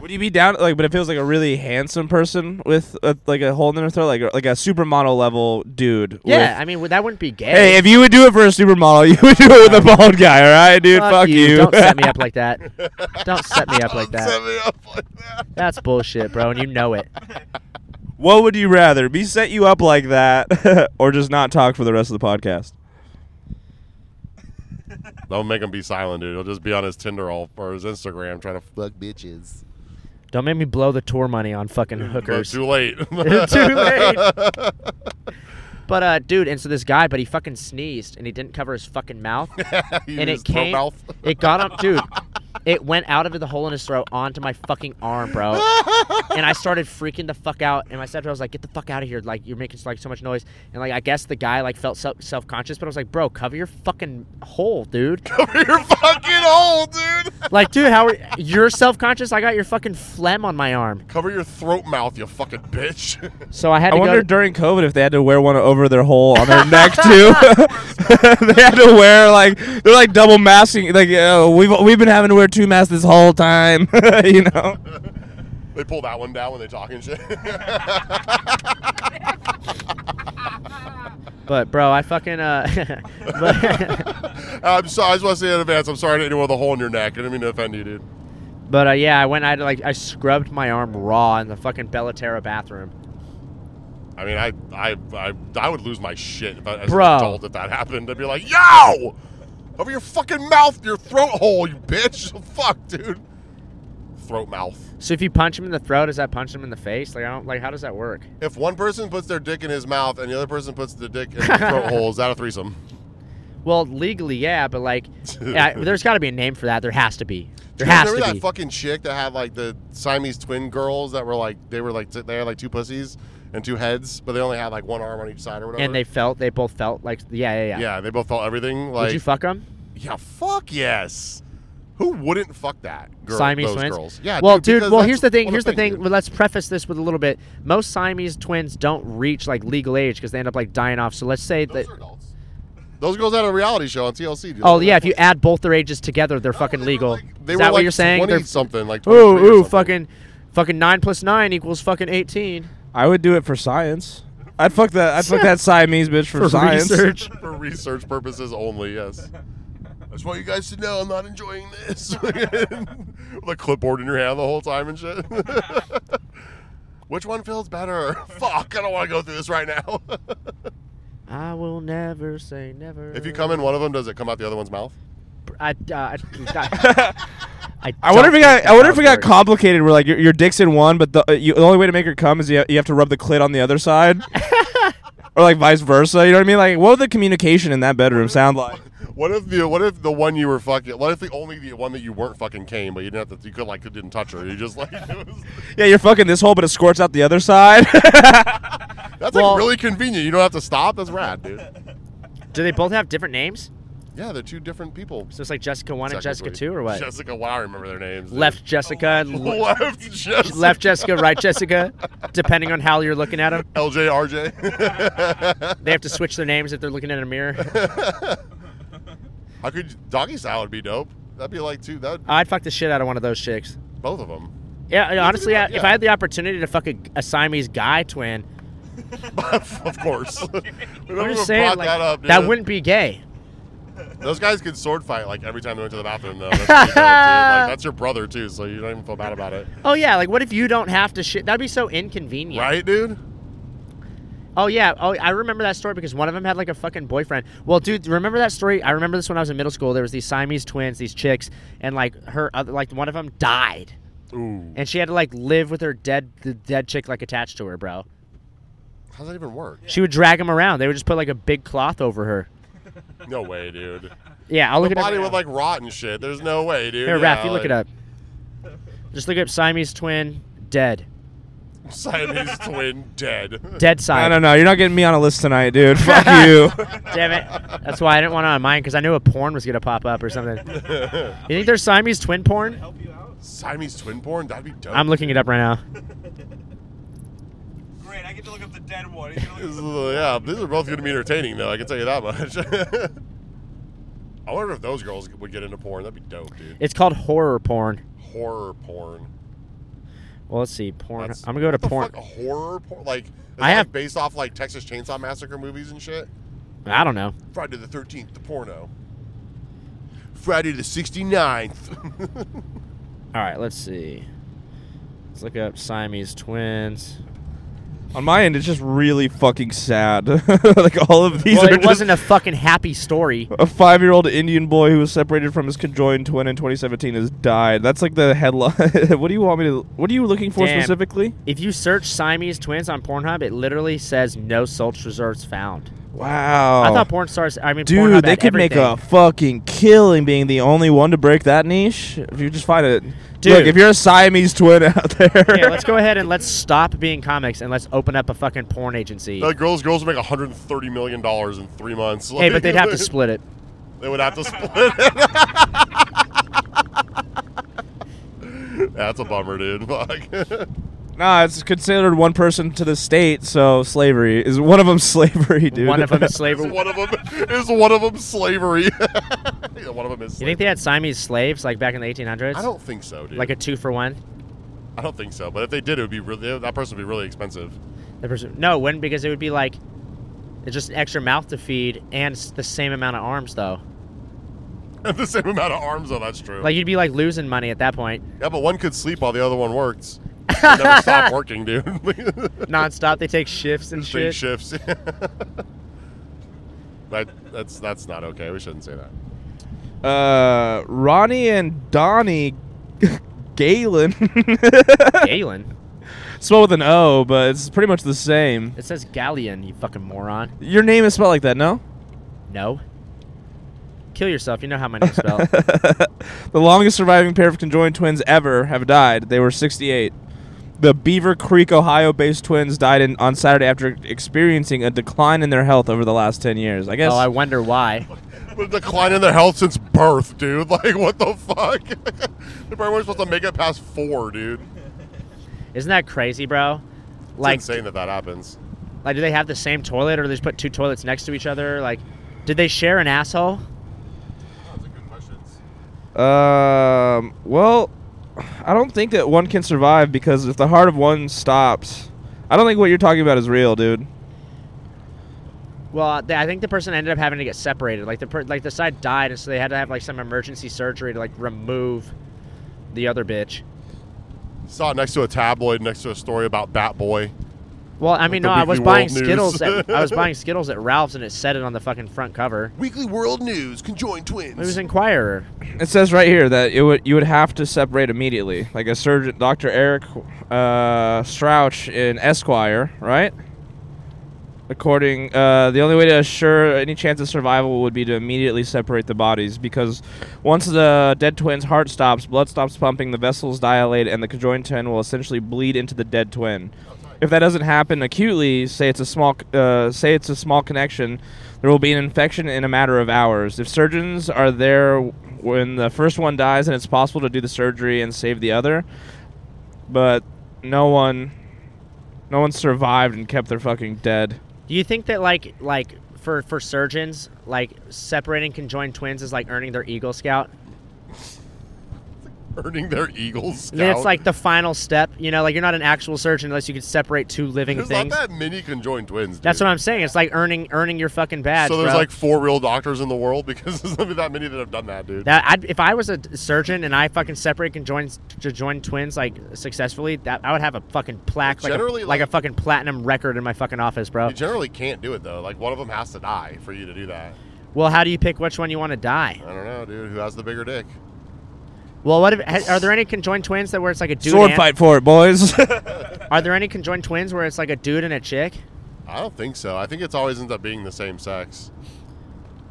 Would you be down like? But if it was like a really handsome person with a, like a hole in their throat, like like a supermodel level dude. Yeah, with- I mean that wouldn't be gay. Hey, if you would do it for a supermodel, you would do it with a bald guy, all right, dude? Fuck, you. Don't set me up like that. Don't set me up like Set that. me up like that. That's bullshit, bro, and you know it. what would you rather? Be set you up like that or just not talk for the rest of the podcast? Don't make him be silent, dude. He'll just be on his Tinder all or his Instagram trying to fuck bitches. Don't make me blow the tour money on fucking But hookers. too late. Too late. But uh, dude, and so this guy, but he fucking sneezed and he didn't cover his fucking mouth, He and it used pro came, mouth. it got up, dude. It went out of the hole in his throat onto my fucking arm, bro. and I started freaking the fuck out. And my stepdad was like, "Get the fuck out of here! Like you're making like so much noise." And like I guess the guy like felt self self conscious, but I was like, "Bro, cover your fucking hole, dude." You're fucking old, dude. Like, dude, how are you're self conscious? I got your fucking phlegm on my arm. Cover your throat mouth, you fucking bitch. So I had I to wonder go. during COVID if they had to wear one over their hole on their neck too. they had to wear like they're like double masking. Like uh, we've we've been having to wear two masks this whole time, you know. they pull that one down when they talking shit. but bro, I fucking uh. but, I'm sorry. I just want to say in advance, I'm sorry to anyone with a hole in your neck. I didn't mean to offend you, dude. but uh, yeah, I went. I had to, like I scrubbed my arm raw in the fucking Bellaterra bathroom. I mean, I, I, I, I would lose my shit if I, as Bro. an adult if that happened. I'd be like, yo, over your fucking mouth, your throat hole, you bitch. Fuck, dude. Throat mouth. So if you punch him in the throat, does that punch him in the face? Like I don't like. How does that work? If one person puts their dick in his mouth and the other person puts the dick in the throat hole, is that a threesome? Well, legally, yeah, but like, yeah, there's got to be a name for that. There has to be. There Do you has remember to that be. fucking chick that had like the Siamese twin girls that were like they were like t- they had like two pussies and two heads, but they only had like one arm on each side or whatever. and they felt. They both felt like. Yeah, yeah, yeah. yeah, they both felt everything. Would Like you fuck him? Yeah, fuck yes. Who wouldn't fuck that girl? Siamese those twins. girls. Yeah. Well, dude. dude. because well, that's here's the thing. one of Here's the thing. dude. Well, Let's preface this with a little bit. Most Siamese twins don't reach like legal age because they end up like dying off. So let's say that. Those are adults. Those girls had a reality show on TLC. Dude. Oh yeah, if you add both their ages together, they're fucking legal. they Is were that like what you're saying? 20 They're, something like. ooh, 23 or ooh, something. fucking, fucking nine plus nine equals fucking eighteen. I would do it for science. I'd fuck that. I'd fuck that Siamese bitch for, science. research. for research purposes only. Yes. I just want you guys to know I'm not enjoying this. With a clipboard in your hand the whole time and shit. Which one feels better? Fuck, I don't want to go through this right now. I will never say never. if you come in one of them, does it come out the other one's mouth? I, uh, I, I, I wonder don't if it got. think I wonder if it that got works. complicated. Where like your, your dick's in one, but the uh, you, the only way to make her come is you, you have to rub the clit on the other side, or like vice versa. You know what I mean? Like, what would the communication in that bedroom sound like? What if the what if the one you were fucking what if the only the one that you weren't fucking came but you didn't have to you could like didn't touch her you just like it was, Yeah, you're fucking this hole, but it squirts out the other side. that's Well- like really convenient you don't have to stop that's rad dude Do they both have different names? Yeah, they're two different people. So it's like Jessica one and Jessica Exactly what two, you- or what? Jessica, wow, I remember their names. dude. left Jessica, Oh. le- left, Jessica. left Jessica, right Jessica, depending on how you're looking at them. LJ, RJ. They have to switch their names if they're looking in a mirror. How could doggy style would be dope? That'd be like two. That I'd fuck the shit out of one of those chicks. both of them. Yeah, I- honestly, I, if yeah. I had the opportunity to fuck a, a Siamese guy twin, of course. We never I'm even just saying, brought like, that up. dude. wouldn't be gay. Those guys could sword fight like every time they went to the bathroom. Though that's, pretty dope, dude. Like, that's your brother too, so you don't even feel bad about it, Oh yeah, like what if you don't have to shit? That'd be so inconvenient. right, dude? Oh yeah. Oh, I remember that story because one of them had like a fucking boyfriend. Well, dude, remember that story? I remember this when I was in middle school. There was these Siamese twins, these chicks, and like her, other, like one of them died, Ooh, and she had to like live with her dead, the dead chick like attached to her, bro. how's that even work? She would drag him around. They would just put like a big cloth over her. No way, dude. Yeah, I'll look The it up. body right would now. like rot and shit. There's no way, dude. Here, yeah, Raph, you look like, it up. Just look up Siamese twin dead, Siamese twin dead. dead I Siamese. don't know. You're not getting me on a list tonight, dude. Fuck you. Damn it. That's why I didn't want it on mine because I knew a porn was going to pop up or something. You think there's Siamese twin porn? Help you out? Siamese twin born? That'd be dope. I'm looking it up right now. Great, I get to look up the dead one. He's gonna look This is, uh, yeah, these are both going to be entertaining, though. I can tell you that much. I wonder if those girls would get into porn. That'd be dope, dude. It's called horror porn. Horror porn. Well, let's see. Porn. That's- I'm going to go what to porn. The fuck? Horror porn? Like, is I that, have- like, based off like Texas Chainsaw Massacre movies and shit. I don't know. Friday the Thirteenth, the porno. Friday the 69th. All right, let's see. Let's look up Siamese twins. on my end, it's just really fucking sad. like all of these well, are it just wasn't a fucking happy story. a five-year-old Indian boy who was separated from his conjoined twin in 2017 has died. That's like the headline. what do you want me to? What are you looking for Damn. specifically? If you search Siamese twins on Pornhub, it literally says no search reserves found. Wow. I thought porn stars. I mean, Pornhub Oh. Dude, they had could make everything. a fucking killing being the only one to break that niche. If you just find it, Dude. Look, if you're a Siamese twin out there, Okay, let's go ahead and let's stop being comics and let's open up a fucking porn agency. the girls, girls would make 130 million dollars in three months. Hey, but they'd have to Like, split it. They would have to split it. That's a bummer, dude. Fuck. nah, it's considered one person to the state, so slavery is one of them. Slavery, dude. One of them is Is slavery. one of them is one of them slavery. Yeah, one of them is. You think Slavery. they had Siamese slaves like back in the 1800s? I don't think so, dude. Like a two for one. I don't think so. But if they did, it would be really that person would be really expensive. The person, no, it wouldn't because it would be like it's just an extra mouth to feed and s- the same amount of arms though. And the same amount of arms, though. That's true. Like you'd be like losing money at that point, yeah, but one could sleep while the other one works. They never stop working, dude. nonstop. They take shifts and Just take shit. shifts. that, that's that's not okay. We shouldn't say that. uh, Ronnie and Donnie Galen. Galen, Spelled with an O, but it's pretty much the same. it says galleon. You fucking moron. Your name is spelled like that, no? No. Kill yourself. You know how my name's spelled. The longest surviving pair of conjoined twins ever have died. They were 68. The Beaver Creek, Ohio based twins died in, on Saturday after experiencing a decline in their health over the last 10 years. I guess. oh, I wonder why. With a decline in their health since birth, dude. Like, what the fuck? they probably weren't supposed to make it past four, dude. Isn't that crazy, bro? Like, Like, it's insane that that happens. like, do they have the same toilet, or do they just put two toilets next to each other? Like, did they share an asshole? um, well, I don't think that one can survive because if the heart of one stops, I don't think what you're talking about is real, dude. Well, th- I think the person ended up having to get separated. Like the per- like the side died, and so they had to have like some emergency surgery to like remove the other bitch. Saw it next to a tabloid, next to a story about Bat Boy. Well, I mean, the no, I was Weekly World buying News. Skittles. At, I was buying Skittles at Ralph's, and it said it on the fucking front cover. Weekly World News, conjoined twins. It was Inquirer. It says right here that it would you would have to separate immediately, like a surgeon, Doctor Eric uh, Strouch in Esquire, right? According, uh, the only way to assure any chance of survival would be to immediately separate the bodies, because once the dead twin's heart stops, blood stops pumping, the vessels dilate, and the conjoined twin will essentially bleed into the dead twin. if that doesn't happen acutely, say it's a small uh, say it's a small connection, there will be an infection in a matter of hours. If surgeons are there when the first one dies, and it's possible to do the surgery and save the other, but no one, no one survived and kept their fucking dead. Do you think that like like for for surgeons like separating conjoined twins is like earning their Eagle Scout? earning their Eagles. And then Scout. it's like the final step. You know, like you're not an actual surgeon unless you can separate two living there's things. not that many conjoined twins. Dude. That's what I'm saying. It's like earning earning your fucking badge. So there's bro. like four real doctors in the world because there's not that many that have done that, dude. that. I'd, if I was a surgeon and I fucking separate conjoined conjoined twins like successfully, that I would have a fucking plaque, like a, Generally, like, a like- fucking platinum record in my fucking office, bro. you generally can't do it though. Like one of them has to die for you to do that. Well, how do you pick which one you want to die? I don't know, dude. Who has the bigger dick? Well, what if, ha- are there any conjoined twins that where it's like a dude? Sword and, fight for it, boys. Are there any conjoined twins where it's like a dude and a chick? I don't think so. I think it's always ends up being the same sex.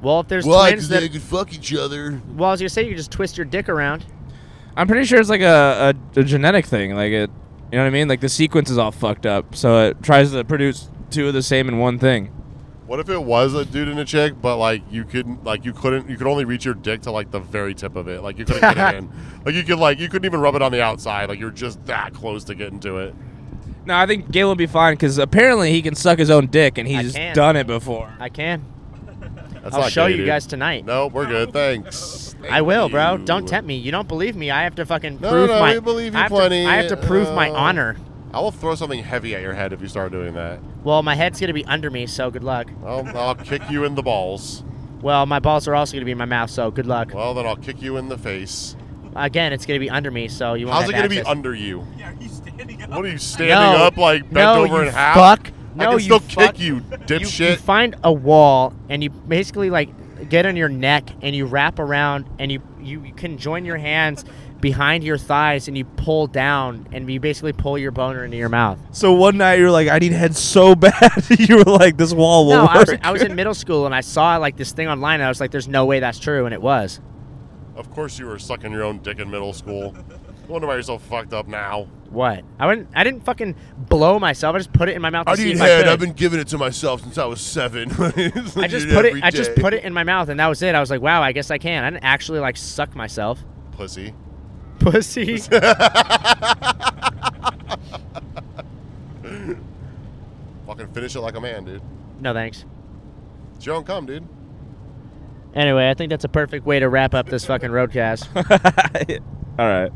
Well, if there's Why? Because twins that, they could fuck each other. well, as you say, you just twist your dick around. I'm pretty sure it's like a, a, a genetic thing. Like it, you know what I mean? Like the sequence is all fucked up, so it tries to produce two of the same in one thing. What if it was a dude and a chick, but like you couldn't, like you couldn't, you could only reach your dick to like the very tip of it. Like you couldn't get it in. Like you could, like you couldn't even rub it on the outside. Like you're just that close to getting to it. No, I think Galen will be fine because apparently he can suck his own dick, and he's can. done it before. I can. That's I'll not show gay, you dude. guys tonight. No, we're good. Thanks. I will, bro. Thank Don't you. tempt me. You don't believe me. I have to fucking No, prove no, my. we believe you I have to- plenty. I have to prove my Uh, honor. I will throw something heavy at your head if you start doing that. Well, my head's gonna be under me, so good luck. I'll, I'll kick you in the balls. Well, my balls are also gonna be in my mouth, so good luck. Well, then I'll kick you in the face. Again, it's gonna be under me, so you won't. How's have it going to be access. under you? Yeah, are you standing up? What are you standing No. up like bent No, over you in half? fuck. I No, can you still fuck. kick you, you, dipshit. you find a wall and you basically like get on your neck and you wrap around and you you, you can join your hands behind your thighs and you pull down and you basically pull your boner into your mouth. So one night you were like, I need head so bad. you were like, this wall will No, work. I was, I was in middle school and I saw like this thing online and I was like, "There's no way that's true," and it was. Of course, you were sucking your own dick in middle school. No wonder why you're so fucked up now. What? I wouldn't. I didn't fucking blow myself. I just put it in my mouth. To I see need if head. I, I've could. been giving it to myself since I was seven. I just put it. I just put it in my mouth, and that was it. I was like, "Wow, I guess I can." I didn't actually like suck myself. Pussy. Pussy. Fucking finish it like a man, dude. no thanks. It's your own cum, dude. Anyway, I think that's a perfect way to wrap up this fucking roadcast. All right.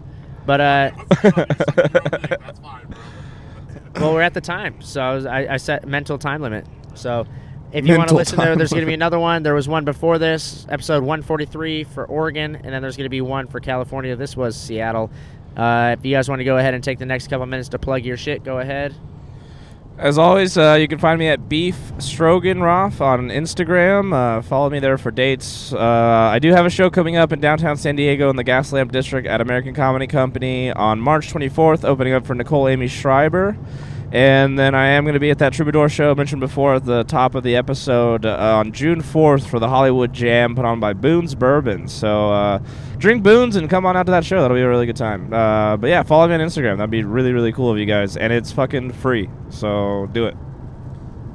But uh, That's fine, bro. well, we're at the time, so I, was, I, I set mental time limit. So if you want to Mental listen, there, time there's going to be limit. another one. There was one before this, episode 143 for Oregon, and then there's going to be one for California. This was Seattle. Uh, if you guys want to go ahead and take the next couple minutes to plug your shit, go ahead. As always, uh, you can find me at Beef Stroganroff on Instagram. Uh, follow me there for dates. Uh, I do have a show coming up in downtown San Diego in the Gaslamp District at American Comedy Company on March 24th, opening up for Nicole Amy Schreiber. And then I am going to be at that Troubadour show I mentioned before at the top of the episode uh, on June 4th for the Hollywood Jam put on by Boone's Bourbon. So uh, drink Boone's and come on out to that show. That'll be a really good time. Uh, but yeah, follow me on Instagram. That'd be really, really cool of you guys. And it's fucking free. So do it.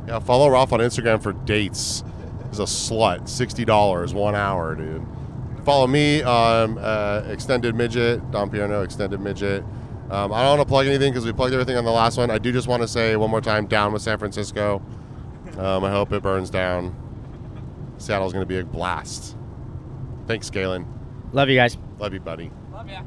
Yeah, follow Ralph on Instagram for dates. He's a slut. Sixty dollars one hour, dude. Follow me, um, uh, extended midget, Dom Pierno, extended midget. Um, I don't want to plug anything because we plugged everything on the last one. I do just want to say one more time, down with San Francisco. Um, I hope it burns down. Seattle's going to be a blast. Thanks, Galen. Love you guys. Love you, buddy. Love ya.